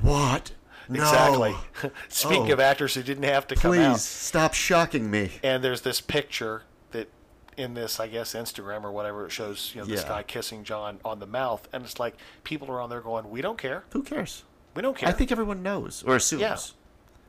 What? No. Exactly. Speaking Oh. of actors who didn't have to come Please out, stop shocking me. and there's this picture that in this i guess instagram or whatever it shows you know this Yeah. guy kissing john on the mouth and it's like people are on there going we don't care Who cares? we don't care I think everyone knows or assumes. Yeah.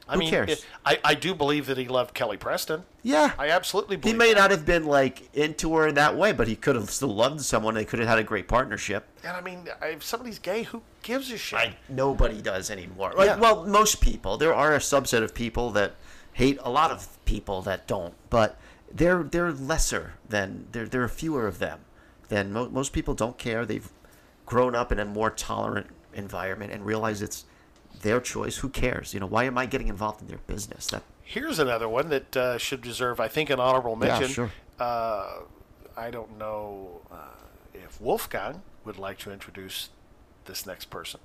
i Who mean cares? it- I, I do believe that he loved kelly preston Yeah. i absolutely He believe may that. not have been like into her in that way, but he could have still loved someone. They could have had a great partnership. and i mean if somebody's gay who gives a shit Nobody does anymore. Like, Yeah. Well, most people. There are a subset of people that hate a lot of people that don't, but they're they're lesser than there. There are fewer of them than mo- most people. Don't care. They've grown up in a more tolerant environment and realize it's their choice. Who cares? You know, why am I getting involved in their business? That here's another one that uh, should deserve i think an honorable Yeah, mention sure. uh, i don't know uh, if wolfgang would like to introduce this next person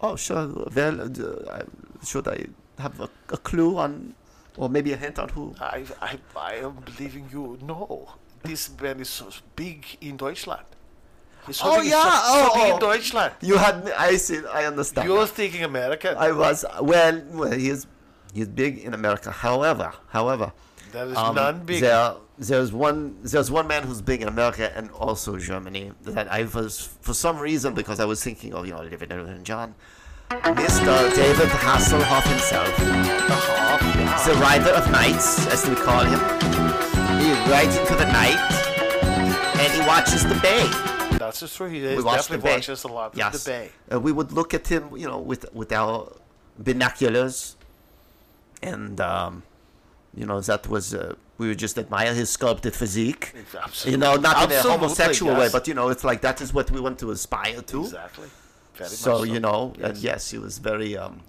oh, sure. Well, uh, should I have a, a clue on, or maybe a hint on who? I, I, I am believing you. No, this man is so big in Deutschland. He's so Oh, big- he's yeah. so- so Oh, big in oh. Deutschland. You had me. I see. I understand. You were thinking American. I was well. Well, he's he's big in America. However, however, um, There is none big. There, there's one. There's one man who's big in America and also Germany that I was for some reason because I was thinking of you know David and John, Mr. David Hasselhoff himself, Oh, the rider of nights as we call him. He rides into the night and he watches the bay. That's just true. He is definitely watches a lot from Yes. the Bay. Uh, we would look at him, you know, with with our binoculars, and um, you know that was uh, we would just admire his sculpted physique. Absolutely. You know, not in a Absolutely, homosexual way, yes. but you know, it's like that is what we want to aspire to. Exactly. Very much so, so. you know, and Yes. yes, it was very um,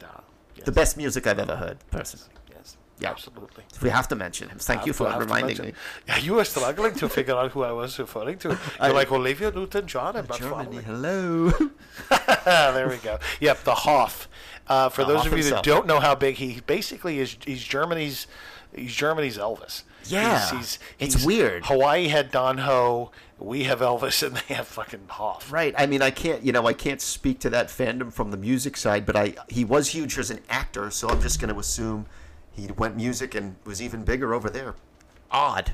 the best music I've ever heard, personally. Yes. Yeah. Absolutely. We have to mention him. Thank you Have to- for have to reminding mention- me. Yeah, you were struggling to figure out who I was referring to. You're I- like Olivia Newton-John and Matt Germany, hello. Ah, there we go. Yep, the Hoff. Uh, for The those Hoff of you himself. that don't know how big he basically is, he's Germany's. He's Germany's Elvis. Yeah, he's, it's weird. Hawaii had Don Ho. We have Elvis, and they have fucking Hoff. Right. I mean, I can't, you know, I can't speak to that fandom from the music side, but I he was huge as an actor, so I'm just going to assume he went music and was even bigger over there. Odd.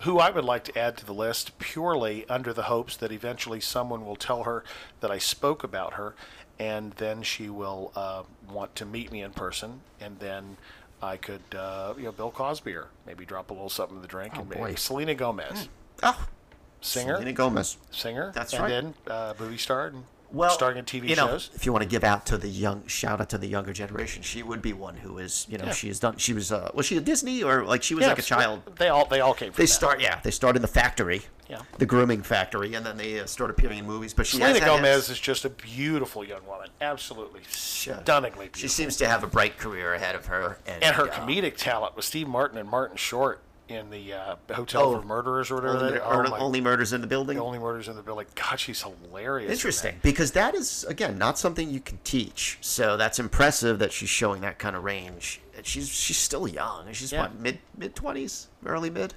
who I would like to add to the list purely under the hopes that eventually someone will tell her that I spoke about her, and then she will uh, want to meet me in person, and then I could, uh, you know, Bill Cosby her, maybe drop a little something in the drink, and Oh, boy. maybe Selena Gomez. Oh, singer. Selena Gomez. Singer. That's and right. then uh, movie star and Well, starring in TV you know, shows. if you want to give out to the young, shout out to the younger generation, she would be one who is, you know, Yeah. she has done, she was, uh, was she a Disney or like she was Yeah, like a child? They all they all came. From They that. start, yeah, they start in the factory, Yeah. the grooming factory, and then they uh, start appearing in movies. But she Selena has had hits. Gomez is just a beautiful young woman. Absolutely stunningly beautiful. She seems to have a bright career ahead of her, and, And her uh, comedic talent with Steve Martin and Martin Short in the uh, Hotel Oh, for Murderers or whatever. Only, that- Mur- oh my- Only murders in the building. Only Murders in the Building. God, she's hilarious. in Interesting, because that is again not something you can teach. So that's impressive that she's showing that kind of range. And She's she's still young. She's Yeah. what mid mid twenties, early mid.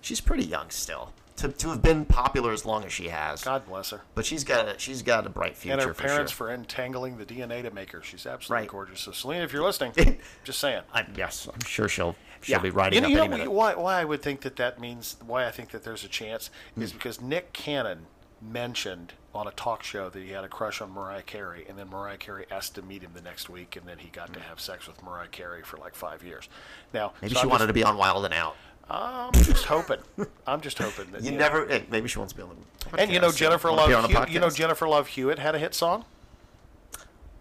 She's pretty young still to, to have been popular as long as she has. God bless her. But she's got a, she's got a bright that. future. And her for parents sure. for entangling the DNA to make her. She's absolutely gorgeous. So, Selena, if you're listening, just saying. I'm, yes, I'm sure she'll she'll be writing you know, up you know any minute. why, why I would think that that means, why I think that there's a chance Hmm. is because Nick Cannon mentioned on a talk show that he had a crush on Mariah Carey, and then Mariah Carey asked to meet him the next week, and then he got to have sex with Mariah Carey for like five years. Now, Hmm. Maybe so she I'm wanted just- to be on Wild and Out. I'm just hoping. I'm just hoping that You know. never. hey, maybe she wants to be on the. And you know podcast. Jennifer Wanna be Love. on a Hew- you know podcast. Jennifer Love Hewitt had a hit song.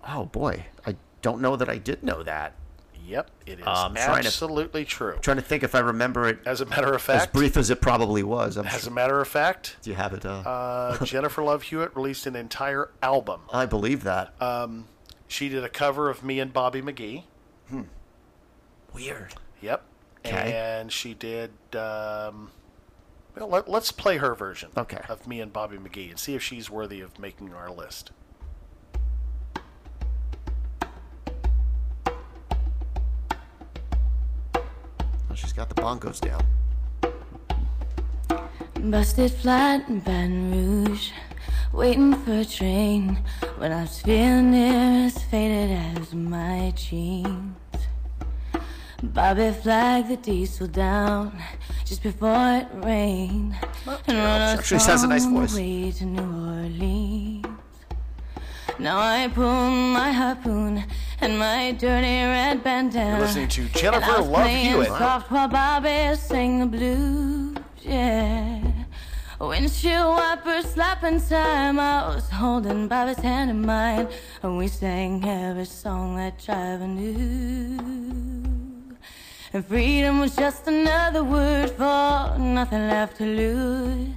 Oh boy, I don't know that I did know that. Yep, it is Um, trying to- absolutely true. trying to think if I remember it. As a matter of as fact- brief as it probably was. I'm As a sure. matter of fact, Do you have it? Uh, uh, Jennifer Love Hewitt released an entire album. I believe that. Um, she did a cover of "Me and Bobby McGee." Weird. Yep, 'Kay. and she did. Um, well, let, let's play her version Okay. of "Me and Bobby McGee" and see if she's worthy of making our list. Oh, she's got the bongos down. Busted flat in Baton Rouge, waiting for a train. When I was feeling near as faded as my jeans. Bobby flagged the diesel down just before it rained. And when I was Actually, she has a nice on the voice. way to New Orleans. Now I pull my harpoon and my dirty red bandana. You're listening to And Jennifer I was Love playing Hewitt. Soft while Bobby sang the blues, yeah. Windshield wiper slapping time. I was holding Bobby's hand in mine, and we sang every song that driver knew. And freedom was just another word for nothing left to lose,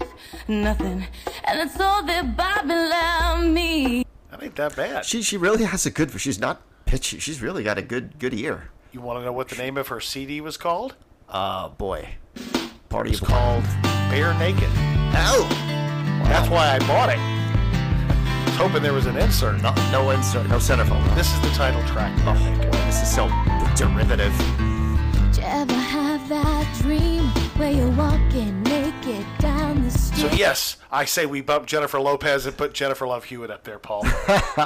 nothing. And it's all that Bobby allowed me. That ain't that bad. She she really has a good. She's not pitchy. She's really got a good good ear. You want to know what the name of her CD was called? Oh boy, party It's of- called Bare Naked. Oh, that's why I bought it. I was hoping there was an insert. No, no insert. No centerfold. This is the title track. Oh boy, this is so derivative. Did you ever have that dream where you're walking naked down the So street? yes, I say we bump Jennifer Lopez and put Jennifer Love Hewitt up there, Paul.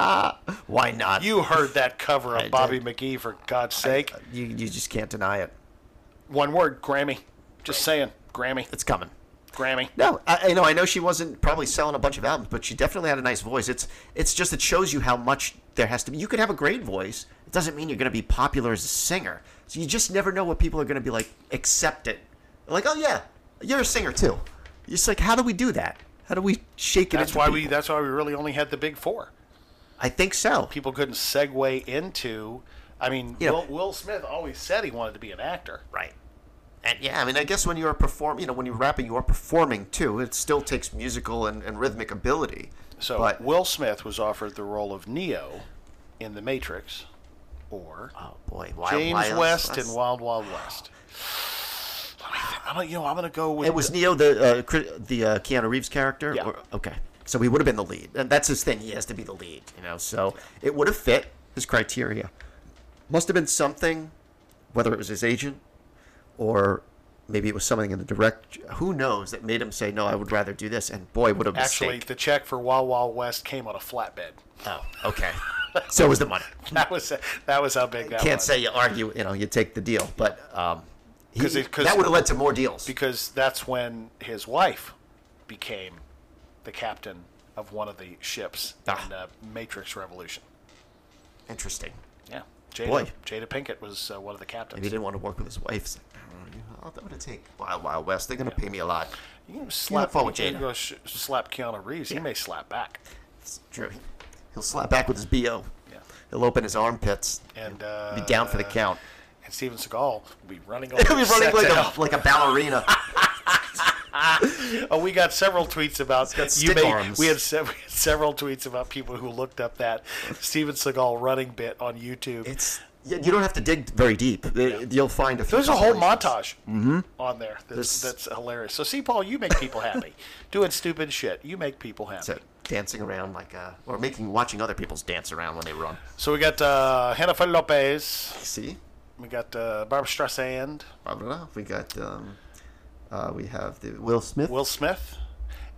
Why not? You heard that cover of I Bobby McGee for God's sake. You you just can't deny it. One word, Grammy. Just saying, Grammy. It's coming. Grammy. No, I, you know I know she wasn't probably selling a bunch of albums, but she definitely had a nice voice. It's it's just it shows you how much there has to be. You could have a great voice. It doesn't mean you're going to be popular as a singer. So you just never know what people are going to be like. Accept it. Like, oh yeah, you're a singer too. It's like, how do we do that? How do we shake it? That's into why people? we. That's why we really only had the big four. I think so. People couldn't segue into. I mean, Yeah. Will, Will Smith always said he wanted to be an actor. Right. And yeah, I mean, I guess when you're perform, you know, when you're rapping, you are performing too. It still takes musical and, and rhythmic ability. So But- Will Smith was offered the role of Neo in The Matrix, or oh boy, Wild James Wild West West. in Wild Wild West. Let me think. I'm gonna, you know, I'm gonna go with. It was the- Neo, the uh, Chri- the uh, Keanu Reeves character. Yeah. Or, okay, so he would have been the lead, and that's his thing. He has to be the lead, you know. So it would have fit his criteria. Must have been something, whether it was his agent, or maybe it was something in the direct. Who knows that made him say no? I would rather do this. And boy, what a actually mistake! the check for Wild Wild West came on a flatbed. Oh, okay. so was the money. That was that was how big that Can't was. say you argue. You know, you take the deal, but um, he- Because it- 'cause- that would have led to more deals. because that's when his wife became the captain of one of the ships Ah. in uh, Matrix Revolution. Interesting. Yeah, Jada, Boy. Jada Pinkett was uh, one of the captains. Maybe he didn't want to work with his wife. He's like, "I don't know, you know, I'll- I'm gonna take Wild Wild West. They're gonna pay me a lot. You can slap slap forward, you can Jada. go sh- slap Keanu Reeves. He may slap back. It's true. He'll slap back with his bo. He'll open his armpits. And uh, be down for the count. And Steven Seagal will be running. over He'll be the running set like now. a like a ballerina. oh, we got several tweets about you stick may, arms. We had, se- we had several tweets about people who looked up that Steven Seagal running bit on YouTube. It's you you don't have to dig very deep. They- You'll find a. few there's a whole montage compilations. Mhm. on there. There's- That's, that's hilarious. So see, Paul, you make people happy doing stupid shit. You make people happy. So dancing around like uh, or making watching other people's dance around when they run. So we got uh, Jennifer Lopez. See, See? we got uh, Barbara Streisand, I don't know. We got um, uh, we have the Will Smith. Will Smith,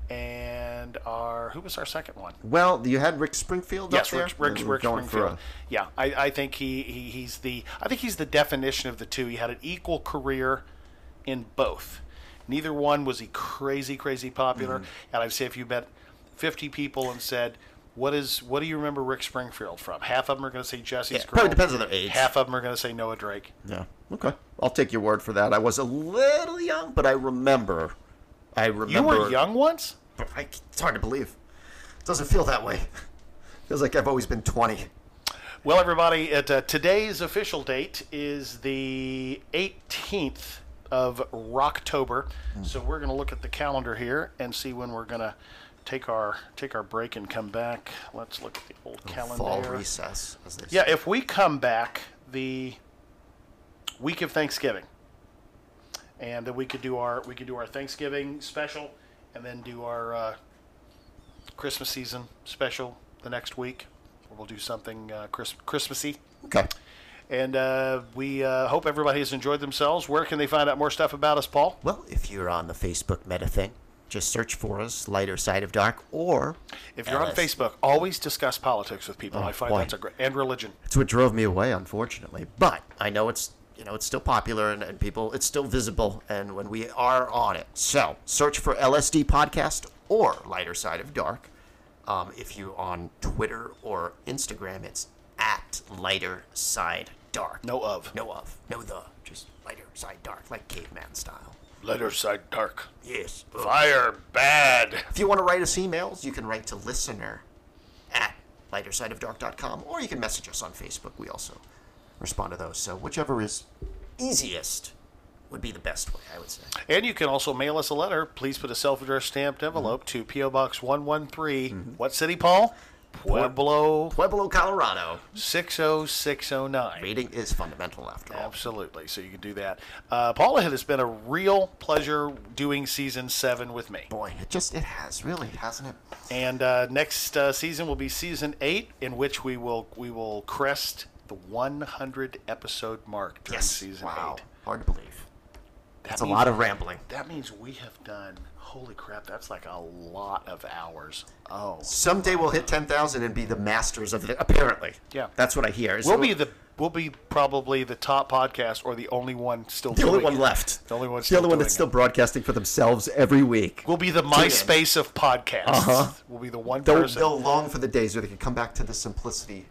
and our who was our second one? Well, you had Rick Springfield yes, up there. Rick, Rick, We were Rick going for a- Springfield. Yeah, I, I think he, he he's the I think he's the definition of the two. He had an equal career in both. Neither one was he crazy crazy popular. Mhm. And I'd say if you bet fifty people and said. What is what do you remember Rick Springfield from? Half of them are going to say Jesse's Yeah, Girl. probably depends on their age. Half of them are going to say Noah Drake. Yeah. Okay. I'll take your word for that. I was a little young, but I remember. I remember. You were young once. I, it's hard to believe. It doesn't feel that way. Feels like I've always been 20. Well, everybody, at, uh, today's official date is the 18th of Rocktober. So we're going to look at the calendar here and see when we're going to take our take our break and come back. Let's look at the old calendar. Fall recess. As they Yeah, say. if we come back the week of Thanksgiving, and then we could do our we could do our Thanksgiving special, and then do our uh, Christmas season special the next week. We'll do something uh, Chris- Christmassy. Okay. And uh, we uh, hope everybody has enjoyed themselves. Where can they find out more stuff about us, Paul? Well, if you're on the Facebook meta thing, just search for us, Lighter Side of Dark, or. If you're on LS. Facebook, always discuss politics with people. Oh, I find boy. that's a great and religion. That's what drove me away, unfortunately. But I know it's you know it's still popular and, and people it's still visible and when we are on it. So search for LSD podcast or Lighter Side of Dark. Um, if you on Twitter or Instagram, it's at Lighter Side Dark. No of. No of. No the. Just Lighter Side Dark, like caveman style. Lighter side dark. Yes. Fire bad. If you want to write us emails, you can write to listener at lightersideofdark.com or you can message us on Facebook. We also respond to those. So whichever is easiest would be the best way, I would say. And you can also mail us a letter. Please put a self addressed stamped envelope to P.O. Box 113. What city, Paul? Mm-hmm. Pueblo. Pueblo, Colorado. 60609. Reading is fundamental after all. Absolutely. So you can do that. Uh, Paula, it has been a real pleasure doing season seven with me. Boy, it just it has really, hasn't it? And uh, next uh, season will be season eight, in which we will we will crest the 100 episode mark during season wow. eight. Hard to believe. That That's a means- lot of rambling. That means we have done. Holy crap! That's like a lot of hours. Oh, Someday we'll hit 10,000 and be the masters of it, apparently. Yeah. That's what I hear. Is we'll it- be the we'll be probably the top podcast or the only one still the only doing one it. left. The only one. the Still only one doing that's still broadcasting for themselves every week. it. We'll be the Tune in. MySpace of podcasts. Uh-huh. We'll be the one they'll, person. they'll long for the days where they can come back to the simplicity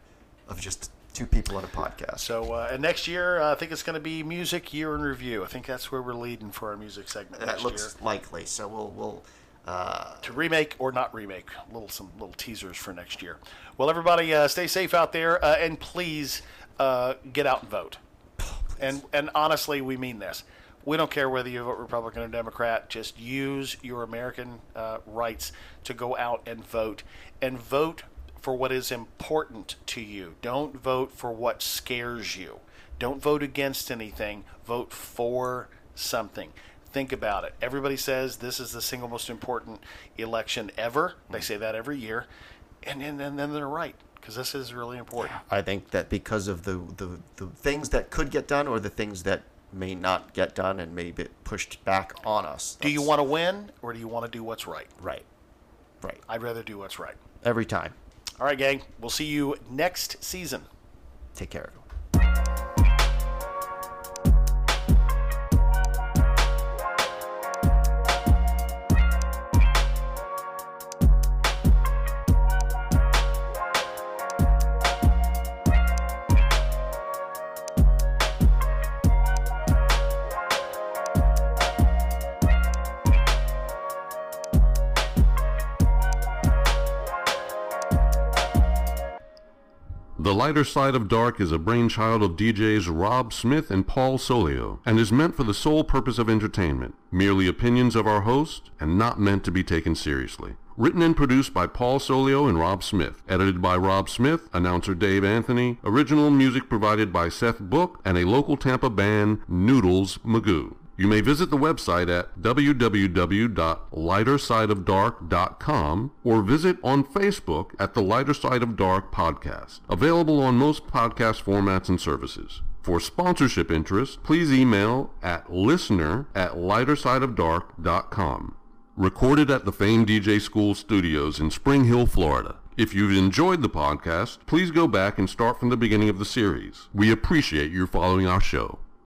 of just two people on a podcast. So uh, and next year, uh, I think it's going to be music year in review. I think that's where we're leading for our music segment. that next looks year. likely. So we'll we'll to remake or not remake. Little some little teasers for next year. Well, everybody, uh, stay safe out there, uh, and please uh, get out and vote. And and honestly, we mean this. We don't care whether you vote Republican or Democrat. Just use your American uh, rights to go out and vote, and vote for what is important to you. Don't vote for what scares you. Don't vote against anything. Vote for something. Think about it. Everybody says this is the single most important election ever. They say that every year. And then, and then they're right, because this is really important. I think that because of the, the, the things that could get done or the things that may not get done and may be pushed back on us. Do you want to win or do you want to do what's right? Right. Right. I'd rather do what's right. Every time. All right, gang. We'll see you next season. Take care. The Lighter Side of Dark is a brainchild of DJs Rob Smith and Paul Solio and is meant for the sole purpose of entertainment, merely opinions of our host and not meant to be taken seriously. Written and produced by Paul Solio and Rob Smith. Edited by Rob Smith, announcer Dave Anthony. Original music provided by Seth Book and a local Tampa band, Noodles Magoo. You may visit the website at www.lightersideofdark.com or visit on Facebook at the Lighter Side of Dark podcast, available on most podcast formats and services. For sponsorship interests, please email at listener at lightersideofdark.com. Recorded at the famed DJ School Studios in Spring Hill, Florida. If you've enjoyed the podcast, please go back and start from the beginning of the series. We appreciate you following our show.